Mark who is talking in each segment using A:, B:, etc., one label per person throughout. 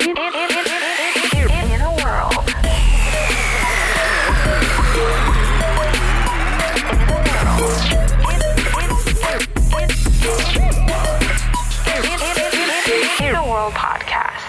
A: in, in, in, in, in, in, in, in a world. In a world. In, in, in, in, in, in, in, in a world podcast.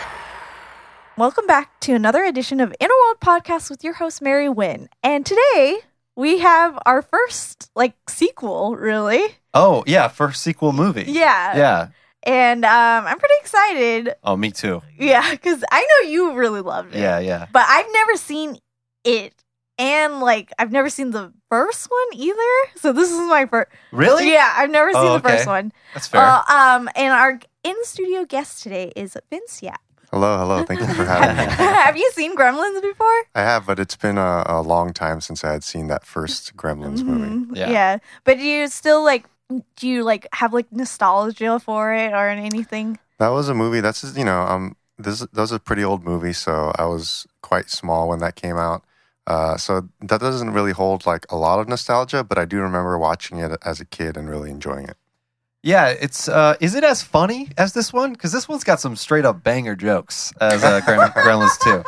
B: Welcome back to another edition of Inner World Podcast with your host Mary Wynn. And today we have our first like sequel, really.
C: Oh yeah, first sequel movie.
B: Yeah.
C: Yeah.
B: And um, I'm pretty excited.
C: Oh, me too.
B: Yeah, because I know you really loved it.
C: Yeah, yeah.
B: But I've never seen it. And like I've never seen the first one either. So this is my first
C: Really?
B: Yeah, I've never seen
C: Oh,
B: the first
C: okay.
B: one.
C: That's fair.
B: Uh, um and our in studio guest today is Vince Yap.
D: Hello, hello. Thank you for having me.
B: have you seen Gremlins before?
D: I have, but it's been a, a long time since I had seen that first Gremlins movie.
B: Mhm.
C: Yeah.
B: yeah. But do you still like do you like have like nostalgia for it or anything?
D: That was a movie. That's just, you know, um, this that was a pretty old movie, so I was quite small when that came out. Uh, so that doesn't really hold like a lot of nostalgia, but I do remember watching it as a kid and really enjoying it.
C: yeah, it's uh is it as funny as this one? Cuz this one's got some straight up banger jokes as uh, Grem- Gremlins 2.
D: Uh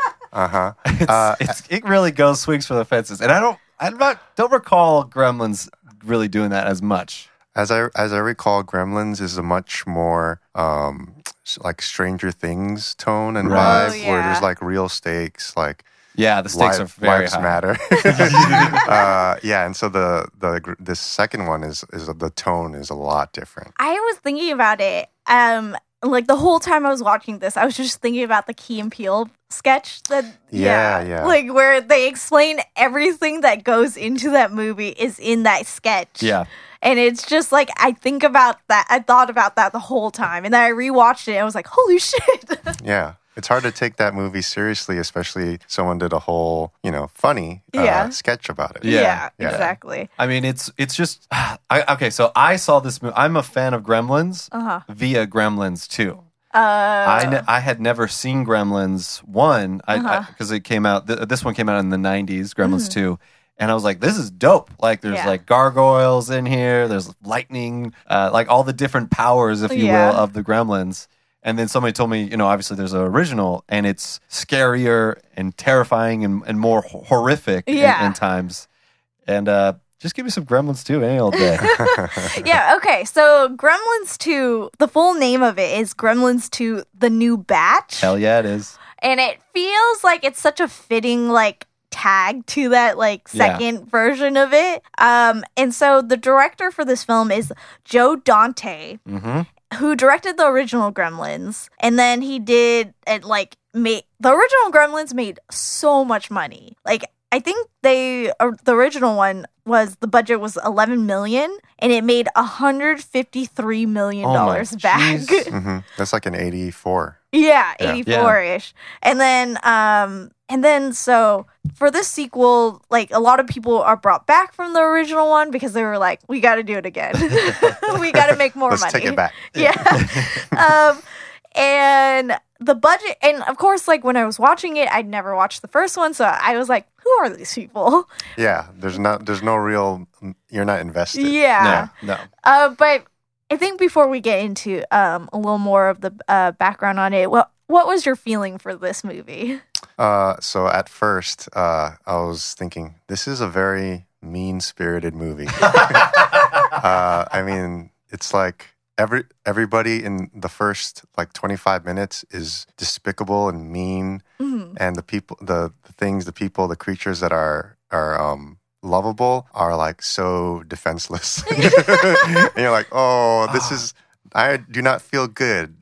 B: Uh-huh.
D: huh.
C: It's,
D: Uh,
C: it's it really goes swings for the fences. And I don't I'm not don't recall Gremlins really doing that as much.
D: As I as I recall, Gremlins is a much more um, s- like Stranger Things tone and
C: Right.
D: vibe,
B: Oh,
D: where
B: yeah.
D: there's like real stakes, like
C: Yeah, the stakes
D: Li-
C: are very
D: lives
C: high.
D: matter. uh, yeah, and so the the gr- this second one is is the tone is a lot different.
B: I was thinking about it. Um like the whole time I was watching this, I was just thinking about the Key and Peele sketch that
D: Yeah, yeah.
B: Like where they explain everything that goes into that movie is in that sketch.
C: Yeah.
B: And it's just like I think about that I thought about that the whole time and then I rewatched it and I was like, holy shit.
D: Yeah. It's hard to take that movie seriously, especially someone did a whole, you know, funny uh,
B: Yeah.
D: sketch about it.
C: Yeah.
D: yeah.
B: exactly.
C: I mean, it's it's just I, okay, so I saw this movie. I'm a fan of Gremlins
B: Uh-huh.
C: via Gremlins 2.
B: Uh
C: I ne- I had never seen Gremlins one because I,
B: Uh-huh. Mm-hmm.
C: 'cause it came out. Th- this one came out in the '90s, Gremlins two, and I was like, "This is dope!" Like, there's
B: Yeah.
C: like gargoyles in here. There's lightning, uh, like all the different powers, if you
B: Yeah.
C: will, of the Gremlins. And then somebody told me, you know, obviously there's an original, and it's scarier and terrifying and, and more ho- horrific in-
B: Yeah.
C: in, times. And uh, just give me some Gremlins too, any old day.
B: yeah, okay. So Gremlins 2, the full name of it is Gremlins 2 The New Batch.
C: Hell yeah, it is.
B: And it feels like it's such a fitting like tag to that like
C: Yeah.
B: second version of it. Um and so the director for this film is Joe Dante,
C: hmm
B: who directed the original Gremlins. And then he did it like made the original Gremlins made so much money. Like I think they or the original one was the budget was 11 million and it made 153 million
C: Oh my
B: dollars back.
C: jeez.
D: hmm That's like an 84.
B: Yeah,
D: Yeah.
B: eighty four ish. And then um and then so for this sequel, like a lot of people are brought back from the original one because they were like, We gotta do it again. we gotta make more
D: Let's
B: money.
D: take it back.
B: Yeah. um and the budget and of course like when I was watching it, I'd never watched the first one, so I was like, Who are these people?
D: Yeah. There's not, there's no real, you're not invested.
B: Yeah.
C: No, no.
B: Uh, but I think before we get into um a little more of the uh, background on it, what what was your feeling for this movie?
D: Uh, so at first, uh, I was thinking this is a very mean-spirited movie. uh, I mean, it's like every everybody in the first like 25 minutes is despicable and mean,
B: Mhm.
D: and the people, the, the things, the people, the creatures that are are um, lovable are like so defenseless. and you're like, oh, this is. I do not feel good.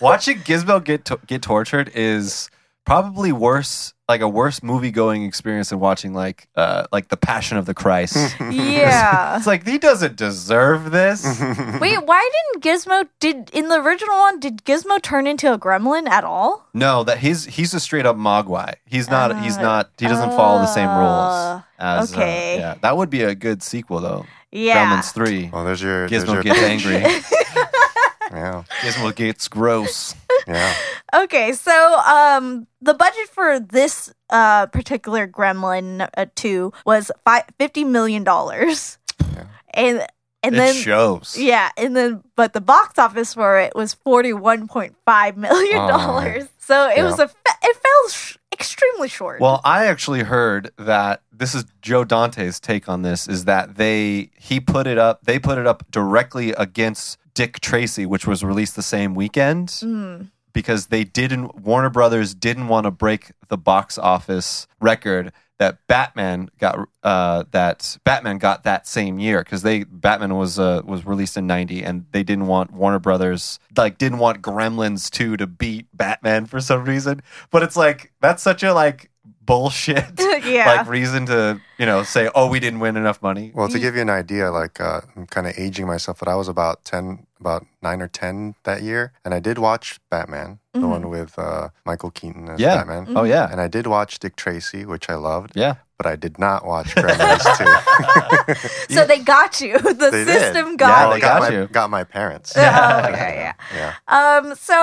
C: Watching Gizmo get to- get tortured is probably worse, like a worse movie going experience than watching like uh, like the Passion of the Christ.
B: yeah.
C: it's like he doesn't deserve
D: Mm-hmm.
C: this.
B: Wait, why didn't Gizmo did in the original one did Gizmo turn into a gremlin at all?
C: No, that he's he's a straight up Mogwai. He's not. he's
B: Uh,
C: not. He doesn't follow the same
B: uh,
C: rules. As, uh,
B: okay.
C: yeah, that would be a good sequel though.
B: Yeah.
C: Gremlins three.
D: Well, there's your Oh, there's
C: Gizmo
D: your
C: gets angry.
D: yeah,
C: Gizmo gets gross.
D: yeah.
B: Okay, so um the budget for this uh particular gremlin uh, 2 was fi- 50 million dollars. And and
C: it
B: then
C: shows. Oh,
B: yeah, and then but the box office for it was 41.5 million dollars. So it
D: Yeah.
B: was a fa- it fell sh- extremely short.
C: Well, I actually heard that this is Joe Dante's take on this is that they he put it up they put it up directly against Dick Tracy, which was released the same weekend
B: Mm.
C: because they didn't Warner Brothers didn't want to break the box office record that Batman got uh, that Batman got that same year because they Batman was uh, was released in 90 and they didn't want Warner Brothers like didn't want Gremlins 2 to beat Batman for some reason but it's like that's such a like bullshit
B: yeah.
C: like reason to you know say oh we didn't win enough money
D: Well,
B: Mm.
D: to give you an idea, like uh, I'm kind of aging myself, but I was about ten, about nine or ten that year, and I did watch Batman, the
B: Mhm.
D: one with uh, Michael Keaton as
C: Yeah.
D: Batman,
B: Mm.
C: oh yeah
D: and I did watch Dick Tracy, which I loved,
C: yeah
D: but I did not watch Gremlins too.
B: so they got you. The
D: They did.
B: system
C: Yeah,
B: got
D: Well,
C: they
B: you.
C: got
D: my,
C: you.
D: Got my parents.
B: Yeah. Oh, okay, yeah.
D: yeah.
B: Um, so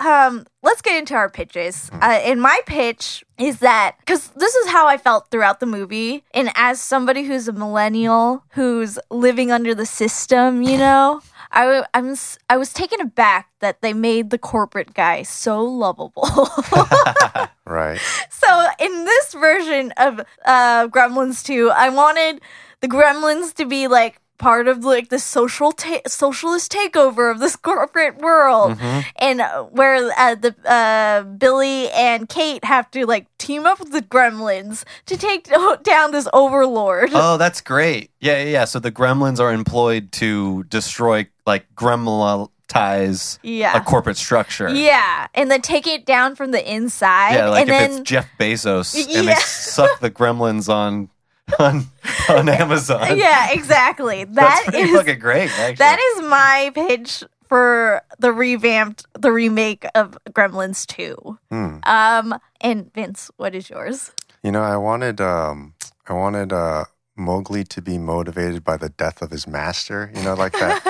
B: um, let's get into our pitches. Uh, and my pitch is that because this is how I felt throughout the movie, and as somebody who's a millennial who's living under the system, you know, I w- I'm s- I was taken aback that they made the corporate guy so lovable.
D: Right.
B: So in this version of uh, Gremlins 2, I wanted the Gremlins to be like part of like the social ta- socialist takeover of this corporate
C: Mm-hmm.
B: world, and uh, where uh, the uh, Billy and Kate have to like team up with the Gremlins to take do- down this overlord.
C: Oh, that's great. Yeah, yeah, yeah. So the gremlins are employed to destroy, like, gremlitize a
B: yeah.
C: corporate structure.
B: Yeah, and then take it down from the inside,
C: Yeah, like
B: and
C: if
B: then
C: it's Jeff Bezos and they
B: Yeah.
C: suck the gremlins on on, on Amazon.
B: yeah, exactly.
C: that's
B: That
C: pretty
B: is
C: fucking great, actually.
B: That is my pitch for the revamped, the remake of Gremlins 2.
D: Hmm.
B: Um, and Vince, what is yours?
D: You know, I wanted um, I wanted uh, Mowgli to be motivated by the death of his master. You know, like that.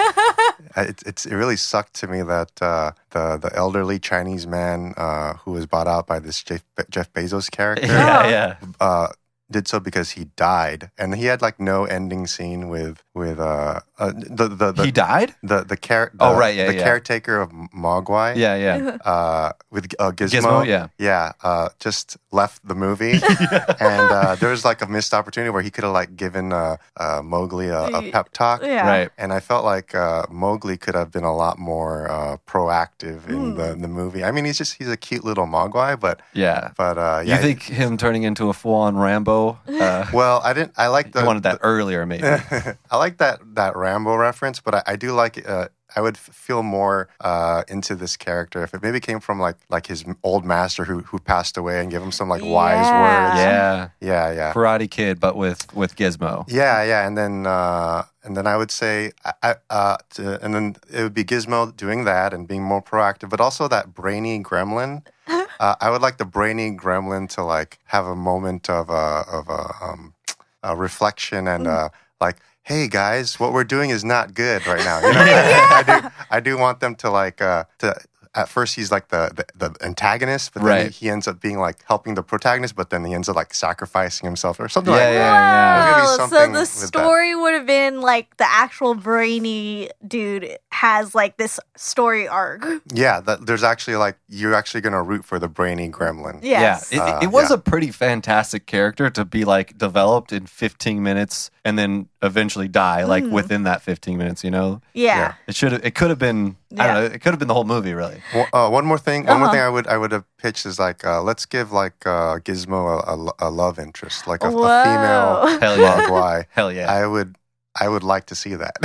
D: I- it, it's it really sucked to me that uh, the the elderly Chinese man uh, who was bought out by this Jeff, Be- Jeff Bezos character
C: Yeah,
B: Oh.
C: yeah.
D: uh, did so because he died, and he had like no ending scene with with uh, uh the the the
C: he died?
D: the the, care-
C: Oh,
D: the-
C: right, yeah,
D: the
C: yeah.
D: caretaker of Mogwai
C: Yeah, yeah.
D: uh, with uh, Gizmo,
C: Gizmo, yeah.
D: yeah, uh, just left the movie, and uh, there was like a missed opportunity where he could have like given uh, uh, Mowgli a, a pep talk,
B: Yeah.
C: Right.
D: and I felt like uh, Mowgli could have been a lot more uh, proactive in the,
B: Hmm.
D: the movie. I mean, he's just he's a cute little Mogwai, but
C: Yeah.
D: but uh, yeah,
C: you think him turning into a full on Rambo? Uh,
D: well, I didn't. I like the
C: you wanted that earlier, maybe.
D: I like that that Rambo reference, but I, I do like. Uh, I would f- feel more uh, into this character if it maybe came from like like his old master who who passed away and give him some like wise
B: Yeah.
D: words.
C: yeah.
D: Yeah, yeah,
C: Karate Kid, but with, with Gizmo.
D: yeah, yeah. And then uh, and then I would say, I, I, uh, to, and then it would be Gizmo doing that and being more proactive, but also that brainy gremlin. uh, I would like the brainy gremlin to like have a moment of uh, of uh, um, uh, reflection and uh, like. Hey guys, what we're doing is not good right now. You know, I, do, I do want them to like uh, to. At first, he's like the the, the antagonist, but then
C: Right.
D: he, he ends up being like helping the protagonist, but then he ends up like sacrificing himself or something like
C: Yeah,
D: that.
C: yeah.
D: There's gotta be
B: Wow, so
D: something
B: the
D: with that.
B: story would have been like the actual brainy dude has like this story arc.
D: Yeah, that, there's actually like you're actually gonna root for the brainy gremlin.
B: Yes.
C: Yeah, it-
D: Uh,
C: it, it was
D: yeah.
C: a pretty fantastic character to be like developed in 15 minutes and then eventually die like
B: Mhm.
C: within that 15 minutes. You know,
B: yeah.
C: it should have, it could have been, I
B: Yeah.
C: don't know, it could have been the whole movie really.
D: Well, uh, one more thing. One more
B: Uh-huh.
D: thing I would I would have pitched is like uh, let's give like uh, Gizmo a- a, lo- a love interest, like a, a female
B: Whoa.
C: Hell yeah,
D: Mogwai.
C: hell yeah.
D: I would I would like to see that.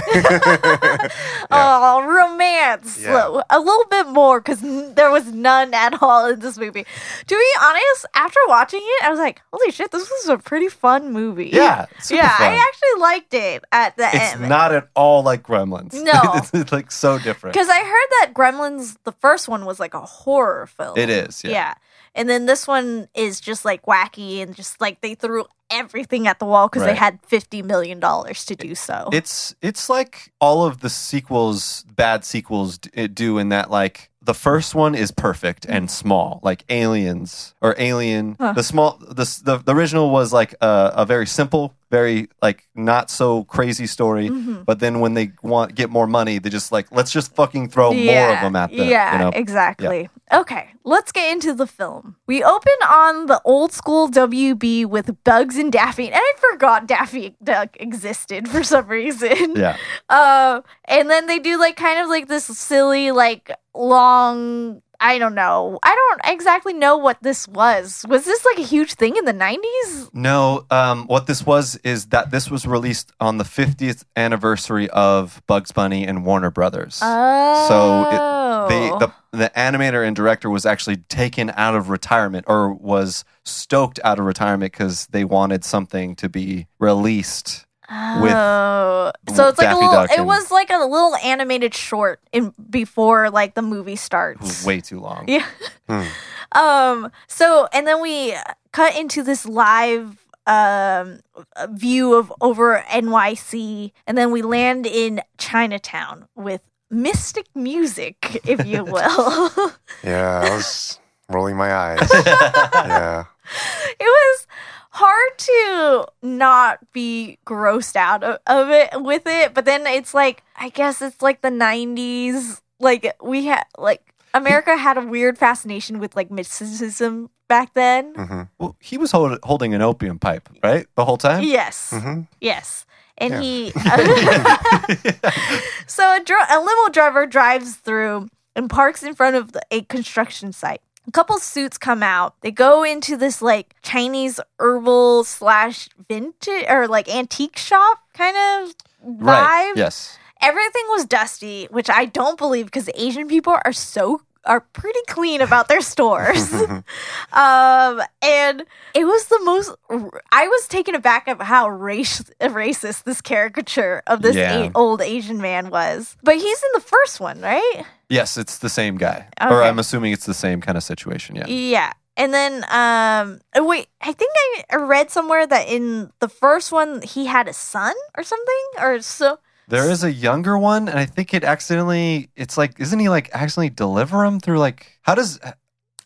D: Yeah.
B: Oh, romance.
D: Yeah.
B: A little bit more because there was none at all in this movie. To be honest, after watching it, I was like, holy shit, this was a pretty fun movie.
C: yeah, super
B: yeah,
C: fun.
B: I actually liked it at the
C: it's
B: end.
C: not at all like Gremlins.
B: No.
C: it's, it's, like so different.
B: Because I heard that Gremlins, the first one, was like a horror film.
C: It is, yeah.
B: And then this one is just like wacky and just like they threw everything at the wall because they
C: Right.
B: had $50 million to do so.
C: It's it's like all of the sequels, bad sequels, d- it do in that like the first one is perfect and small, like Aliens or Alien.
B: Mm. Huh.
C: The small the, s- the the original was like a, a very simple, very like not so crazy story.
B: Mhm.
C: But then when they want get more money, they just like let's just fucking throw more of them at them.
B: Yeah,
C: you know?
B: exactly. Okay, let's get into the film. We open on the old school WB with Bugs and Daffy, and I forgot Daffy Duck existed for some reason.
C: Yeah.
B: Uh, and then they do like kind of like this silly like long. I don't know. I don't exactly know what this was. Was this like a huge thing in the nineties?
C: No, um, what this was is that this was released on the 50th anniversary of Bugs Bunny and Warner Brothers.
B: Oh,
C: they, the, the animator and director was actually taken out of retirement or was stoked out of retirement because they wanted something to be released. with
B: oh. so it's like
C: Daffy
B: a little.
C: Duck
B: It
C: and-
B: was like a little animated short in before like the movie
C: It was
B: starts.
C: way too long.
B: Yeah.
D: Hmm.
B: Um. So and then we cut into this live um view of over NYC, and then we land in Chinatown with mystic music, if you will.
D: Yeah, I was rolling my eyes. yeah.
B: it was hard to not be grossed out of, of it with it but then it's like i guess it's like the 90s like we had like america had a weird fascination with like mysticism back then
D: hmm
C: Well, he was hold, holding an opium pipe, right? The whole time?
B: yes
D: hmm
B: yes and
D: Yeah.
B: he So a, dr- a limo driver drives through and parks in front of the, a construction site. A couple suits come out. They go into this like Chinese herbal slash vintage or like antique shop kind of vibe.
C: Right. Yes.
B: Everything was dusty, which I don't believe because Asian people are so are pretty clean about their stores. um, and it was the most. I was taken aback of how race, racist this caricature of this
C: Yeah.
B: a- old Asian man was. But he's in the first one, right?
C: Yes, it's the same guy. Or
B: Okay.
C: I'm assuming it's the same kind of situation. Yeah.
B: Yeah. And then, um, oh, wait, I think I- I read somewhere that in the first one he had a son or something, or so.
C: There is a younger one, and I think it accidentally. It's like, isn't he like accidentally deliver him through like? How does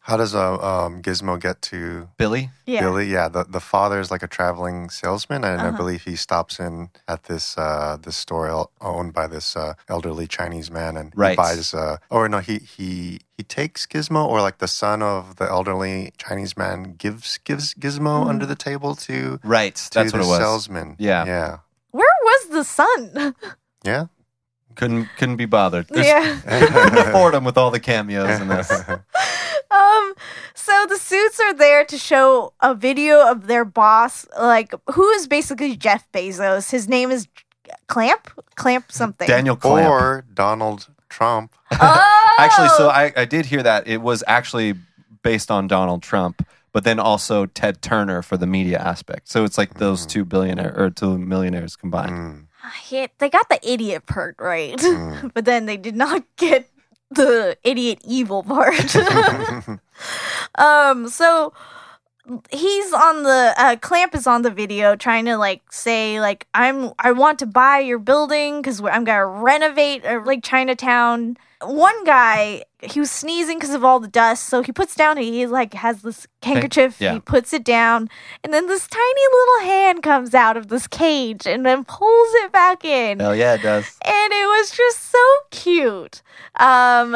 D: How does uh, um, Gizmo get to
C: Billy?
B: Yeah.
D: Billy? Yeah, the, the father is like a traveling salesman, and I
B: Uh-huh.
D: believe he stops in at this uh, this store el- owned by this uh, elderly Chinese man, and
C: Right.
D: he buys. Uh, or no, he he he takes Gizmo, or like the son of the elderly Chinese man gives gives Gizmo
B: Mhm.
D: under the table to.
C: Right.
D: To
C: That's
D: the
C: what it was.
D: salesman.
C: Yeah.
D: Yeah.
B: Where was the son?
D: Yeah.
C: Couldn't couldn't be bothered. There's-
B: yeah.
C: couldn't afford him with all the cameos in this.
B: Um, so the suits are there to show a video of their boss, like who is basically Jeff Bezos. His name is Clamp, Clamp something.
C: Daniel Clamp.
D: or Donald Trump.
B: Oh,
C: actually, so I, I did hear that it was actually based on Donald Trump, but then also Ted Turner for the media aspect. So it's like those two billionaire or two millionaires combined.
D: Mm,
B: hit. They got the idiot part right,
D: mm.
B: but then they did not get the idiot evil part. um, so he's on the uh, clamp is on the video trying to like say like i'm i want to buy your building because i'm gonna renovate uh, like chinatown one guy he was sneezing because of all the dust so he puts down he like has this handkerchief
C: yeah.
B: he puts it down and then this tiny little hand comes out of this cage and then pulls it back in
C: Mm-hmm. Hell yeah, it does.
B: and it was just so cute. Um,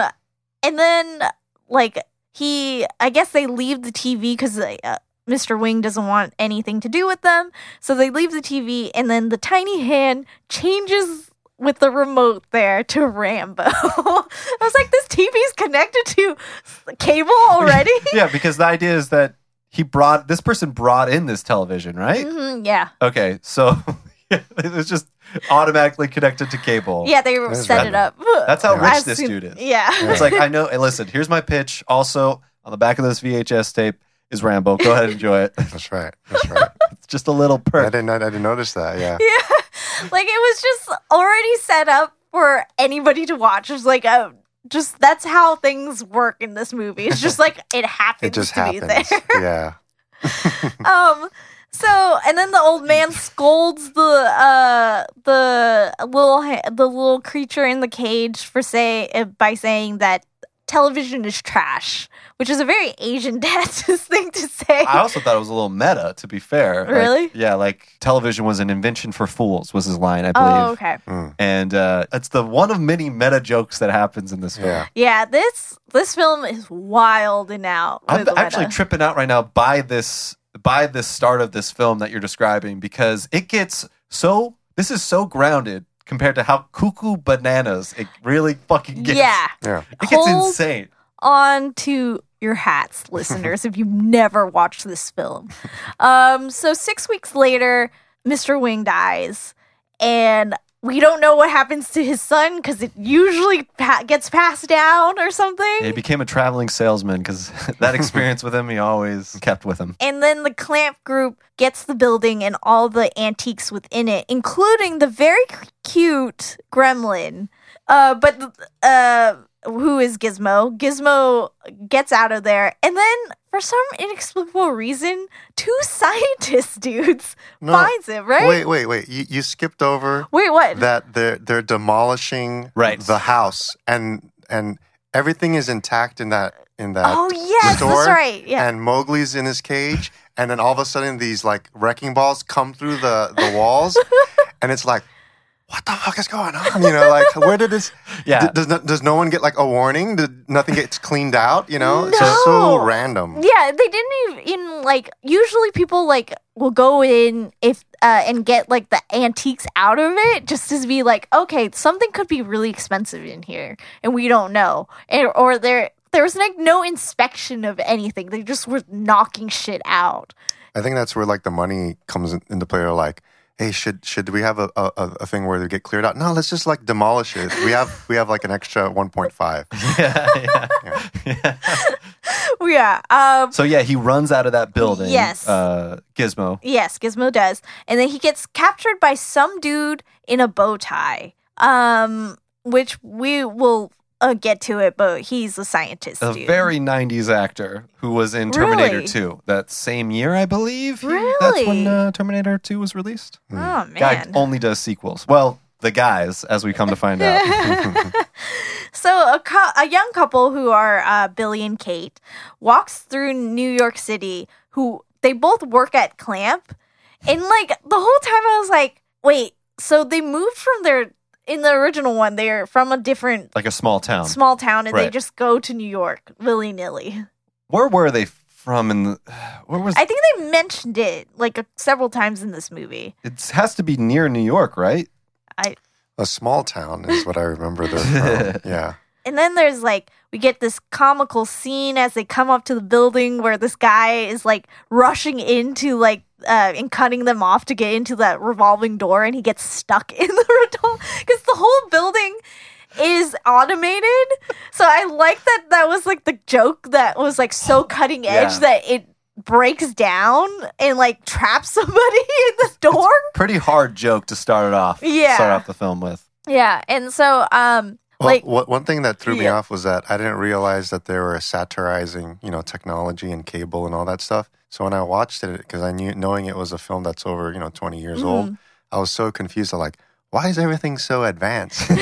B: and then like he, I guess they leave the TV because uh, Mr. Wing doesn't want anything to do with them, so they leave the TV, and then the tiny hand changes. With the remote there to Rambo. I was like, this TV's connected to cable already?
C: yeah, because the idea is that he brought this person brought in this television, right?
B: Mhm, yeah.
C: Okay, so it was just automatically connected to cable.
B: Yeah, they
D: That's
B: set it up.
D: random.
C: That's how
B: I
C: rich this
B: assume-
C: dude is.
B: Yeah.
C: It's like I know. Hey, listen, here's my pitch. Also, on the back of this VHS tape is Rambo. Go ahead and enjoy it.
D: That's right. That's right.
C: It's just a little
D: I
C: perk.
D: didn't. I didn't notice that. Yeah.
B: yeah like it was just already set up for anybody to watch it's like a just that's how things work in this movie it's just like it happens
D: It just
B: to
D: happens.
B: be
D: Yeah.
B: there um so and then the old man scolds the uh the little ha- the little creature in the cage for say uh, by saying that television is trash which is a very Asian dentist thing to say.
C: I also thought it was a little meta, to be fair. Like,
B: Really?
C: yeah, like television was an invention for fools, was his line, I believe.
B: oh, okay.
D: Mm.
C: And uh, it's the one of many meta jokes that happens in this film.
D: Yeah.
B: Yeah, this this film is wild and out.
C: I'm
B: with the
C: actually
B: meta.
C: tripping out right now by this by this start of this film that you're describing because it gets so this is so grounded compared to how cuckoo bananas it really fucking gets.
B: yeah.
D: Yeah.
C: It gets
B: Hold-
C: insane.
B: on to your hats, listeners, if you've never watched this film. Um, so six weeks later, Mr. Wing dies, and we don't know what happens to his son because it usually pa- gets passed down or something.
C: He became a traveling salesman because that experience with him he always kept with him.
B: And then the Clamp Group gets the building and all the antiques within it, including the very c- cute gremlin. Uh, but th- uh, who is Gizmo? Gizmo gets out of there, and then for some inexplicable reason, two scientist dudes
D: No.
B: finds him. Right?
D: Wait, wait, wait. You, you skipped over
B: Wait, what?
D: that they're they're demolishing
C: Right.
D: the house and and everything is intact in that in that
B: oh yes,
D: store
B: that's right. Yeah.
D: and Mowgli's in his cage, and then all of a sudden these like wrecking balls come through the the walls, and it's like, what the fuck is going on? You know, like where did this?
C: Yeah.
D: d- does no, does no one get like a warning? Did nothing gets cleaned out? You know, it's
B: No.
D: just so random.
B: Yeah, they didn't even like. Usually, people like will go in if uh, and get like the antiques out of it, just to be like, okay, something could be really expensive in here, and we don't know, and, or there there was like no inspection of anything. They just were knocking shit out.
D: I think that's where like the money comes in- into play. Or like. Hey, should should we have a, a, a thing where they get cleared out? No, let's just like demolish it. We have we have like an extra one point five.
C: yeah, yeah.
B: yeah. Um.
C: So yeah, he runs out of that building.
B: Yes.
C: Uh, Gizmo.
B: Yes, Gizmo does, and then he gets captured by some dude in a bow tie. Um. Which we will. Uh, get to it, but he's a scientist.
C: a
B: dude.
C: very 90s actor who was in Terminator
B: Really?
C: 2 that same year, I believe. That's when
B: Really?
C: uh, Terminator 2 was released.
B: Oh
C: Guy
B: man.
C: only does sequels. Well, the guys, as we come to find out.
B: So a, cou- a young couple who are uh, Billy and Kate walks through New York City. Who they both work at Clamp, and like the whole time I was like, wait, so they moved from their in the original one they're from a different
C: like a small town.
B: small town and they
C: Right.
B: just go to New York willy nilly.
C: where were they from? In the, where was
B: I think they mentioned it like a, several times in this movie.
C: it? Has to be near New York, right?
D: A small town is what I remember. They're from. Yeah.
B: And then there's like we get this comical scene as they come up to the building where this guy is like rushing into like uh, and cutting them off to get into that revolving door, and he gets stuck in the revolving because the whole building is automated. So I like that that was like the joke that was like so cutting edge
C: Yeah.
B: that it breaks down and like traps somebody in the door.
C: Pretty hard joke to start it off.
B: Yeah.
C: Start off the film with.
B: yeah, and so um
D: Well,
B: like
D: what, one thing that threw me
B: Yeah.
D: off was that I didn't realize that they were satirizing, you know, technology and cable and all that stuff. So when I watched it, because I knew, knowing it was a film that's over, you know, 20 years old,
B: Mm-hmm.
D: I was so confused. I'm like, why is everything so advanced? so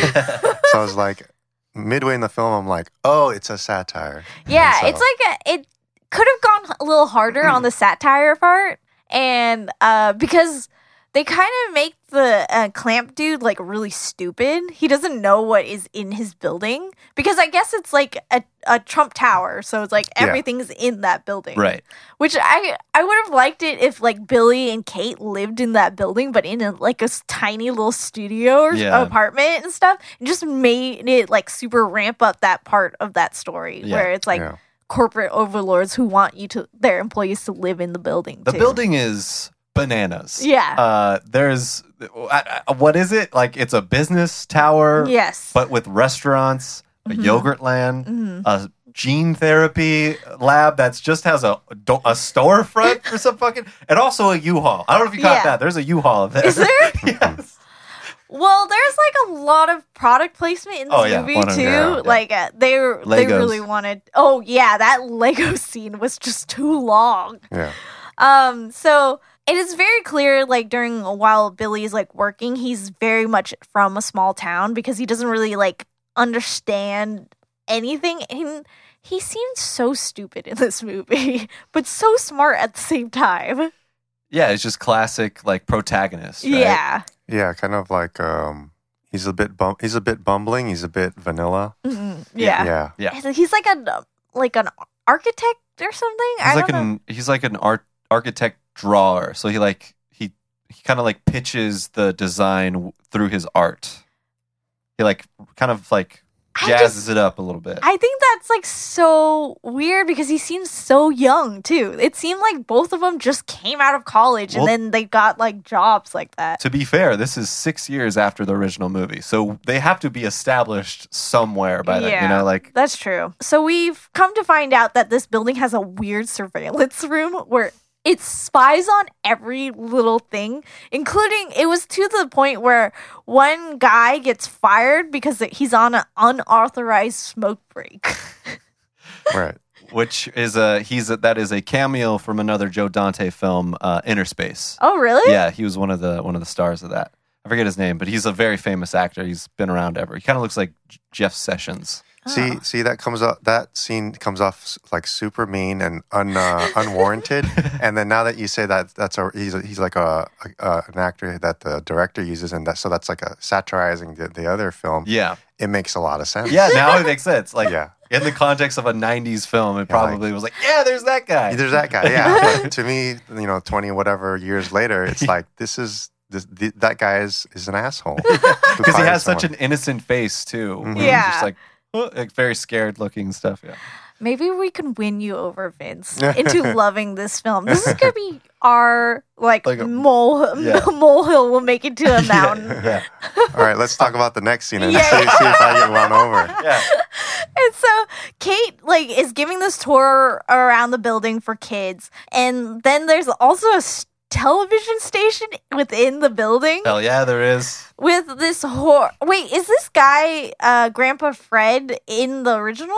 D: I was like, midway in the film, I'm like, oh, it's a satire.
B: Yeah,
D: so-
B: it's like a, it could have gone a little harder on the satire part, and uh, because they kind of make the uh, clamp dude like really stupid. He doesn't know what is in his building because I guess it's like a, a Trump Tower, so it's like
D: Yeah.
B: everything's in that building,
C: Right.
B: Which I I would have liked it if like Billy and Kate lived in that building, but in a, like a s- tiny little studio or
C: Yeah.
B: apartment and stuff, and just made it like super ramp up that part of that story
C: Yeah.
B: where it's like
D: Yeah.
B: corporate overlords who want you to their employees to live in the building.
C: The
B: too.
C: building is bananas.
B: Yeah.
C: Uh, there's, I, I- what is it? Like it's a business tower.
B: Yes.
C: er, but with restaurants, a
B: Mm-hmm.
C: yogurt land, a gene therapy lab that's just has a do- a storefront for some fucking, and also a U-Haul. I don't know if you caught
B: Yeah.
C: that. There's a U-Haul there.
B: Is there?
C: yes.
B: well, there's like a lot of product placement in this
C: Oh, yeah,
B: movie
C: one hundred-
B: too.
C: yeah, yeah.
B: Like uh, they were- they
C: Legos.
B: really wanted. Oh yeah, that Lego scene was just too long.
D: Yeah.
B: Um, so it is very clear, like during while Billy's like working, he's very much from a small town because he doesn't really like understand anything. And he seemed so stupid in this movie, but so smart at the same time.
C: Yeah, it's just classic like protagonist. right?
B: Yeah.
D: Yeah, kind of like um, he's a bit bum- he's a bit bumbling. He's a bit vanilla.
B: Mhm. yeah.
C: Yeah.
D: Yeah,
C: Yeah.
B: He's- He's like an like an architect or something.
C: He's
B: I
C: like
B: don't know.
C: an he's like an art architect drawer. So he like he he kind of like pitches the design w- through his art. He like kind of like
B: I
C: jazzes
B: just-
C: it up a little bit.
B: I think that's like so weird because he seems so young too. It seemed like both of them just came out of college and
C: Well-
B: then they got like jobs like that.
C: to be fair, this is six years after the original movie, so they have to be established somewhere by then. You
B: Yeah.
C: know, like
B: That's true. So we've come to find out that this building has a weird surveillance room where it spies on every little thing, including it was to the point where one guy gets fired because he's on an unauthorized smoke break.
D: right.
C: which is a he's a, that is a cameo from another Joe Dante film, uh, Inner Space.
B: Oh, really?
C: Yeah, he was one of the one of the stars of that. I forget his name, but he's a very famous actor. He's been around ever. He kind of looks like J- Jeff Sessions.
D: See,
C: Ah.
D: see that comes up. That scene comes off s- like super mean and un, uh, unwarranted. and then now that you say that, that's a he's a, he's like a, a, a an actor that the director uses, and that so that's like a satirizing the, the other film.
C: Yeah,
D: It makes a lot of sense.
C: yeah. Now it makes sense. Like
D: yeah.
C: in the context of a '90s film, it
D: Yeah, like-
C: probably was like, yeah, there's that guy.
D: There's that guy. Yeah, But to me, you know, twenty whatever years later, it's like this is this, th- that guy is is an asshole
C: because he has such an innocent face too. where he's
B: Yeah.
C: just like, "Oh," like, very scared looking and stuff. Yeah,
B: Maybe we can win you over, Vince, into loving this film. This is gonna be our like,
C: Like a-
B: mole
C: yeah.
B: molehill will make it to a mountain.
C: yeah,
D: All right, let's talk about the next scene and
B: Yeah.
D: see, see if I get run over.
C: yeah.
B: And so Kate like is giving this tour around the building for kids, and then there's also a s- television station within the building
C: Hell yeah, there is.
B: with this horror. Wait, is this guy uh, Grandpa Fred in the original?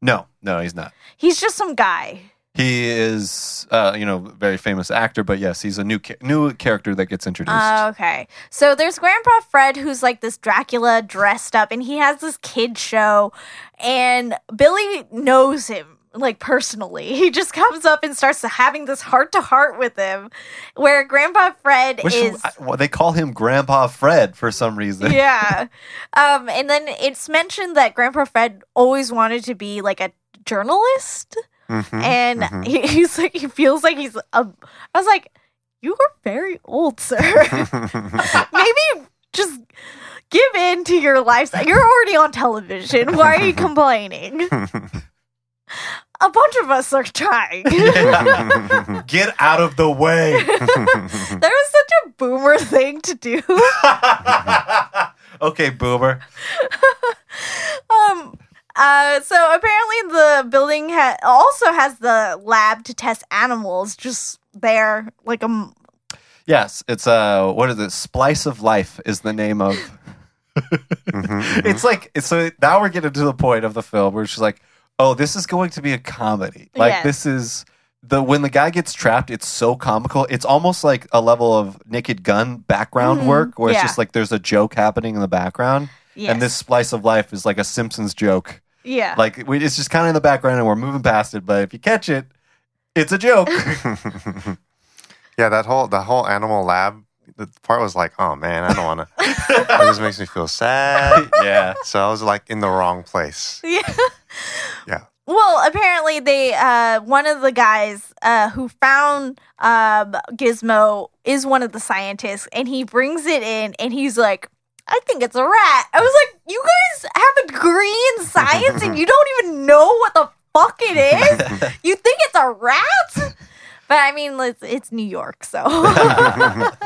C: No, no, he's not.
B: He's just some guy.
C: He is, uh, you know, very famous actor, but yes, he's a new ca- new character that gets introduced.
B: Oh, okay. So there's Grandpa Fred, who's like this Dracula dressed up, and he has this kid show, and Billy knows him like personally. He just comes up and starts having this heart to heart with him, where Grandpa Fred
C: Which
B: is.
C: I- well, they call him Grandpa Fred for some reason.
B: yeah. Um, and then it's mentioned that Grandpa Fred always wanted to be like a journalist,
D: Mhm.
B: and
D: mhm.
B: he, he's like, he feels like he's a. I was like, you are very old, sir. maybe just give in to your lifestyle. You're already on television. Why are you complaining? A bunch of us are trying. there
C: Get out of the way.
B: was such a boomer thing to do.
C: okay, boomer.
B: Um, uh, so apparently the building ha- also has the lab to test animals just there, like a. m-
C: Yes, it's uh, what is it? Splice of Life is the name of.
D: Mm-hmm.
C: It's like it's so now we're getting to the point of the film where she's like, oh, this is going to be a comedy. Like
B: Yes.
C: this is the when the guy gets trapped, it's so comical. It's almost like a level of Naked Gun background
B: Mhm,
C: work where it's
B: yeah.
C: just like there's a joke happening in the background,
B: Yes. Uh.
C: and this Splice of Life is like a Simpsons joke.
B: Yeah.
C: Like we, it's just kind of in the background, and we're moving past it. But if you catch it, it's a joke.
D: yeah, that whole the whole animal lab the part was like, oh man, I don't want to. it just makes me feel sad.
C: yeah.
D: So I was like in the wrong place.
B: yeah.
D: Yeah.
B: Well, apparently they uh one of the guys uh who found um Gizmo is one of the scientists and he brings it in and he's like I think it's a rat. I was like, you guys have a degree in science and you don't even know what the fuck it is? You think it's a rat? But I mean, it's, it's New York, so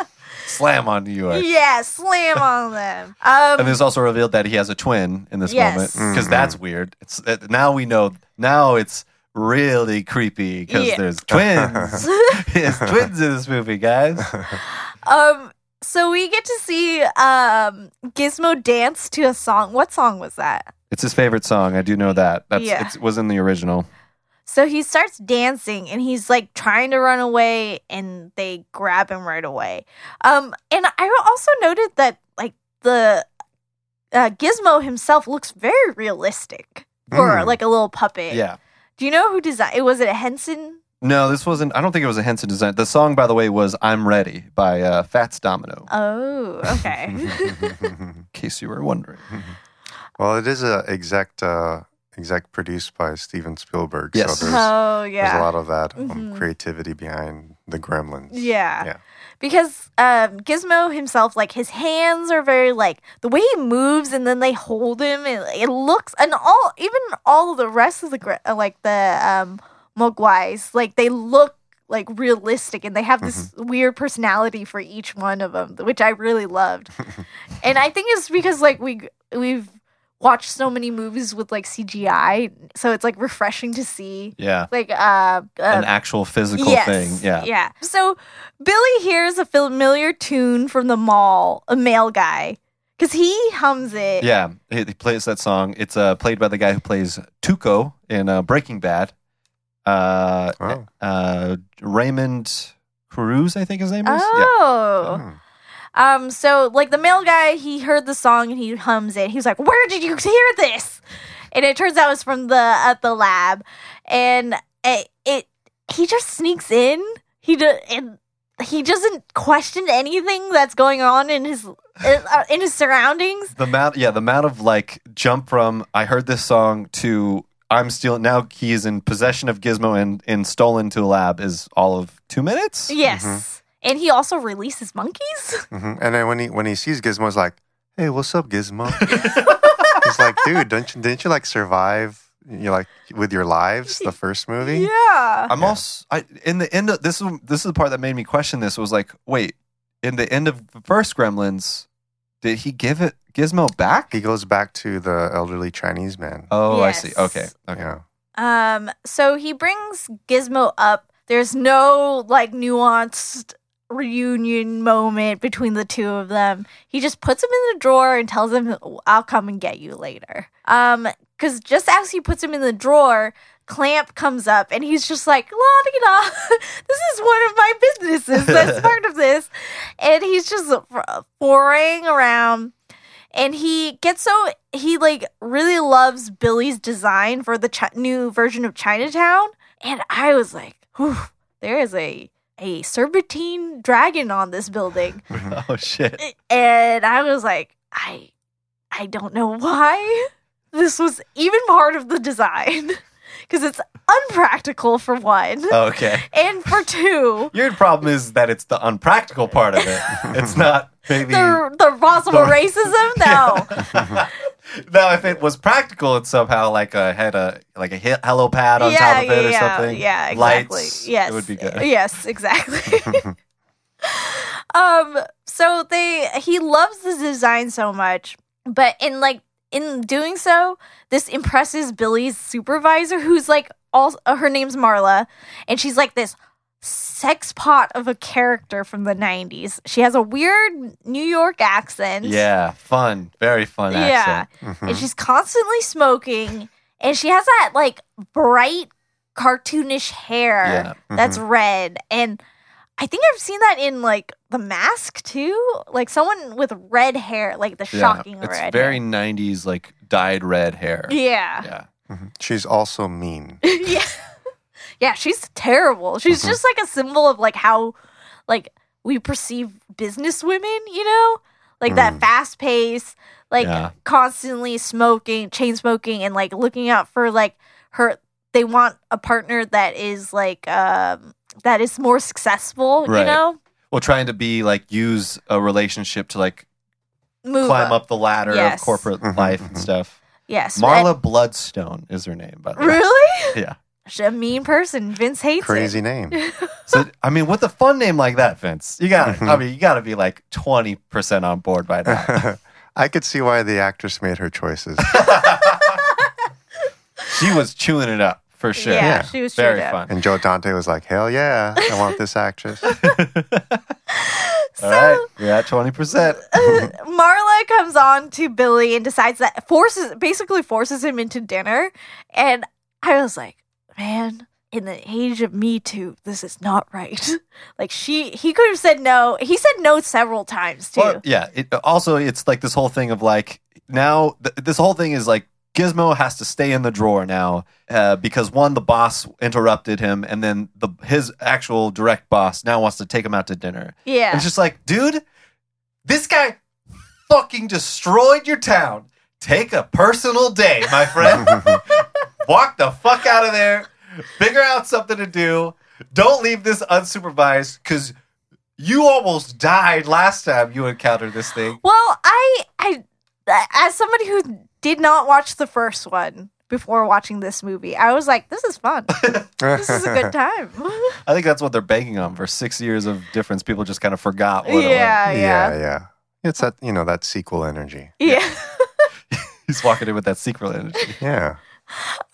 C: Slam on New York.
B: yeah, slam on them. Um,
C: And it's also revealed that he has a twin in this
B: Yes.
C: moment because that's weird. It's it, now we know. Now it's really creepy because
B: Yeah.
C: there's twins. there's twins in this movie, guys.
B: Um, so we get to see um Gizmo dance to a song. What song was that?
C: It's his favorite song. I do know that. That's
B: Yeah.
C: it's- it was in the original.
B: So he starts dancing and he's like trying to run away and they grab him right away. Um, and I also noted that like the uh, Gizmo himself looks very realistic. for
D: Mm.
B: like a little puppet.
C: Yeah.
B: Do you know who designed it? Was it Henson?
C: No, this wasn't. I don't think it was a Henson design. The song, by the way, was "I'm Ready" by uh, Fats Domino.
B: Oh, okay.
C: In case you were wondering.
D: well, it is a exact uh, exact produced by Steven Spielberg.
C: Yes.
D: So there's,
B: oh,
D: there's a
B: yeah.
D: lot of that um,
B: Mhm.
D: creativity behind the Gremlins.
B: Yeah.
D: Yeah.
B: Because um, Gizmo himself, like his hands are very like the way he moves, and then they hold him, and it looks and all even all the rest of the gra- uh, like the um, Mogwais, like they look like realistic, and they have this weird personality for each one of them, which I really loved, and I think it's because like we we've watched so many movies with like CGI, so it's like refreshing to see
C: Yeah,
B: like uh, uh
C: an actual physical thing. Yeah.
B: yeah. So Billy hears a familiar tune from the mall, a male guy, because he hums it.
C: Yeah, he, he plays that song. It's uh, played by the guy who plays Tuco in uh, Breaking Bad. Uh,
D: Wow.
C: uh, Raymond Cruz, I think his name is.
B: Oh.
C: Uh-huh.
D: Mm.
B: Um. So like the male guy, he heard the song and he hums it. He's like, "Where did you hear this?" And it turns out it's from the at the lab, and it, it he just sneaks in. He do, and he doesn't question anything that's going on in his uh, in his surroundings.
C: The amount, yeah, the amount of like jump from I heard this song to I'm stealing. Now he is in possession of Gizmo and and stolen to a lab is all of two minutes.
B: Yes. And he also releases monkeys.
D: Mhm. And then when he when he sees Gizmo, he's like, "Hey, what's up, Gizmo?" he's like, "Dude, don't you didn't you like survive? You like with your lives the first movie?
B: Yeah.
C: I'm also I, in the end. Of, this is this is the part that made me question this. Was like, wait, in the end of the first Gremlins, did he give it Gizmo back?
D: He goes back to the elderly Chinese man.
C: oh, I see.
B: Yes.
C: Okay, okay.
D: Yeah.
B: Um so he brings Gizmo up. There's no like nuanced reunion moment between the two of them. He just puts him in the drawer and tells him I'll come and get you later. Um cuz just as he puts him in the drawer, Clamp comes up and he's just like, la di da, this is one of my businesses. That's part of this. And he's just foraying around and he gets so he like really loves Billy's design for the chi- new version of Chinatown, and I was like, Whew, there is a a serpentine dragon on this building,
C: Oh shit.
B: and I was like, I I don't know why this was even part of the design because it's unpractical for one,
C: Okay.
B: and for two.
C: Your problem is that it's the unpractical part of it. It's not maybe.
B: The, the possible
C: The-
B: racism? No.
C: now, if it was practical, it somehow like a, had a like a he- hello pad on top of it or something.
B: Yeah, exactly.
C: Lights,
B: yes.
C: it would be
B: Uh,
C: good.
B: Yes, exactly. um, so they he loves the design so much, but in like in doing so, this impresses Billy's supervisor, who's like all uh, her name's Marla, and she's like this sex pot of a character from the 90s. She has a weird New York accent.
C: Yeah, fun, very fun accent.
D: Mhm.
B: And she's constantly smoking. And she has that like bright cartoonish hair that's
C: mm-hmm.
B: red. And I think I've seen that in like the mask too. Like someone with red hair, like the
C: Yeah,
B: shocking
C: It's
B: red.
C: very
B: hair.
C: '90s, like dyed red hair.
B: Yeah.
C: yeah.
D: Mhm. She's also mean.
B: yeah yeah she's terrible she's
C: Uh-huh.
B: just like a symbol of like how like we perceive business women you know like that fast pace like
C: Mm. Yeah.
B: constantly smoking chain smoking and like looking out for like her they want a partner that is like um that is more successful you
C: Right.
B: know
C: Well, trying to be like use a relationship to like
B: move
C: climb up the ladder
B: Yes.
C: of corporate
D: Mhm,
C: life
D: mhm.
C: and stuff.
B: yes
C: Marla Bloodstone is her name, by the way.
B: really
C: Yeah.
B: she's a mean person vince hates
D: Crazy
B: it
D: name.
C: So I mean, with a fun name like that, Vince, you got. I mean, you got to be like twenty percent on board by now.
D: I could see why the actress made her choices.
C: she was chewing it up for sure.
B: yeah, she was
C: very
B: chewed up.
C: fun.
D: and Joe Dante was like, "Hell yeah, I want this actress."
C: All right, we're at twenty percent.
B: Marla comes on to Billy and decides that forces basically forces him into dinner. And I was like, man, in the age of Me Too, this is not right. like she he could have said no. He said no several times too.
C: Well, yeah. It, also, it's like this whole thing of like now. Th- this whole thing is like Gizmo has to stay in the drawer now uh, because one, the boss interrupted him, and then the his actual direct boss now wants to take him out to dinner.
B: Yeah.
C: And it's just like, dude, this guy fucking destroyed your town. Take a personal day, my friend. Walk the fuck out of there. Figure out something to do. Don't leave this unsupervised because you almost died last time you encountered this thing.
B: Well, I, I, as somebody who did not watch the first one before watching this movie, I was like, this is fun. this is a good time.
C: I think that's what they're banking on for six years of difference. People just kind of forgot what it
B: yeah,
D: yeah,
B: yeah,
D: yeah, It's that you know that sequel energy.
B: yeah.
C: was. He's walking in with that secret energy.
D: Yeah,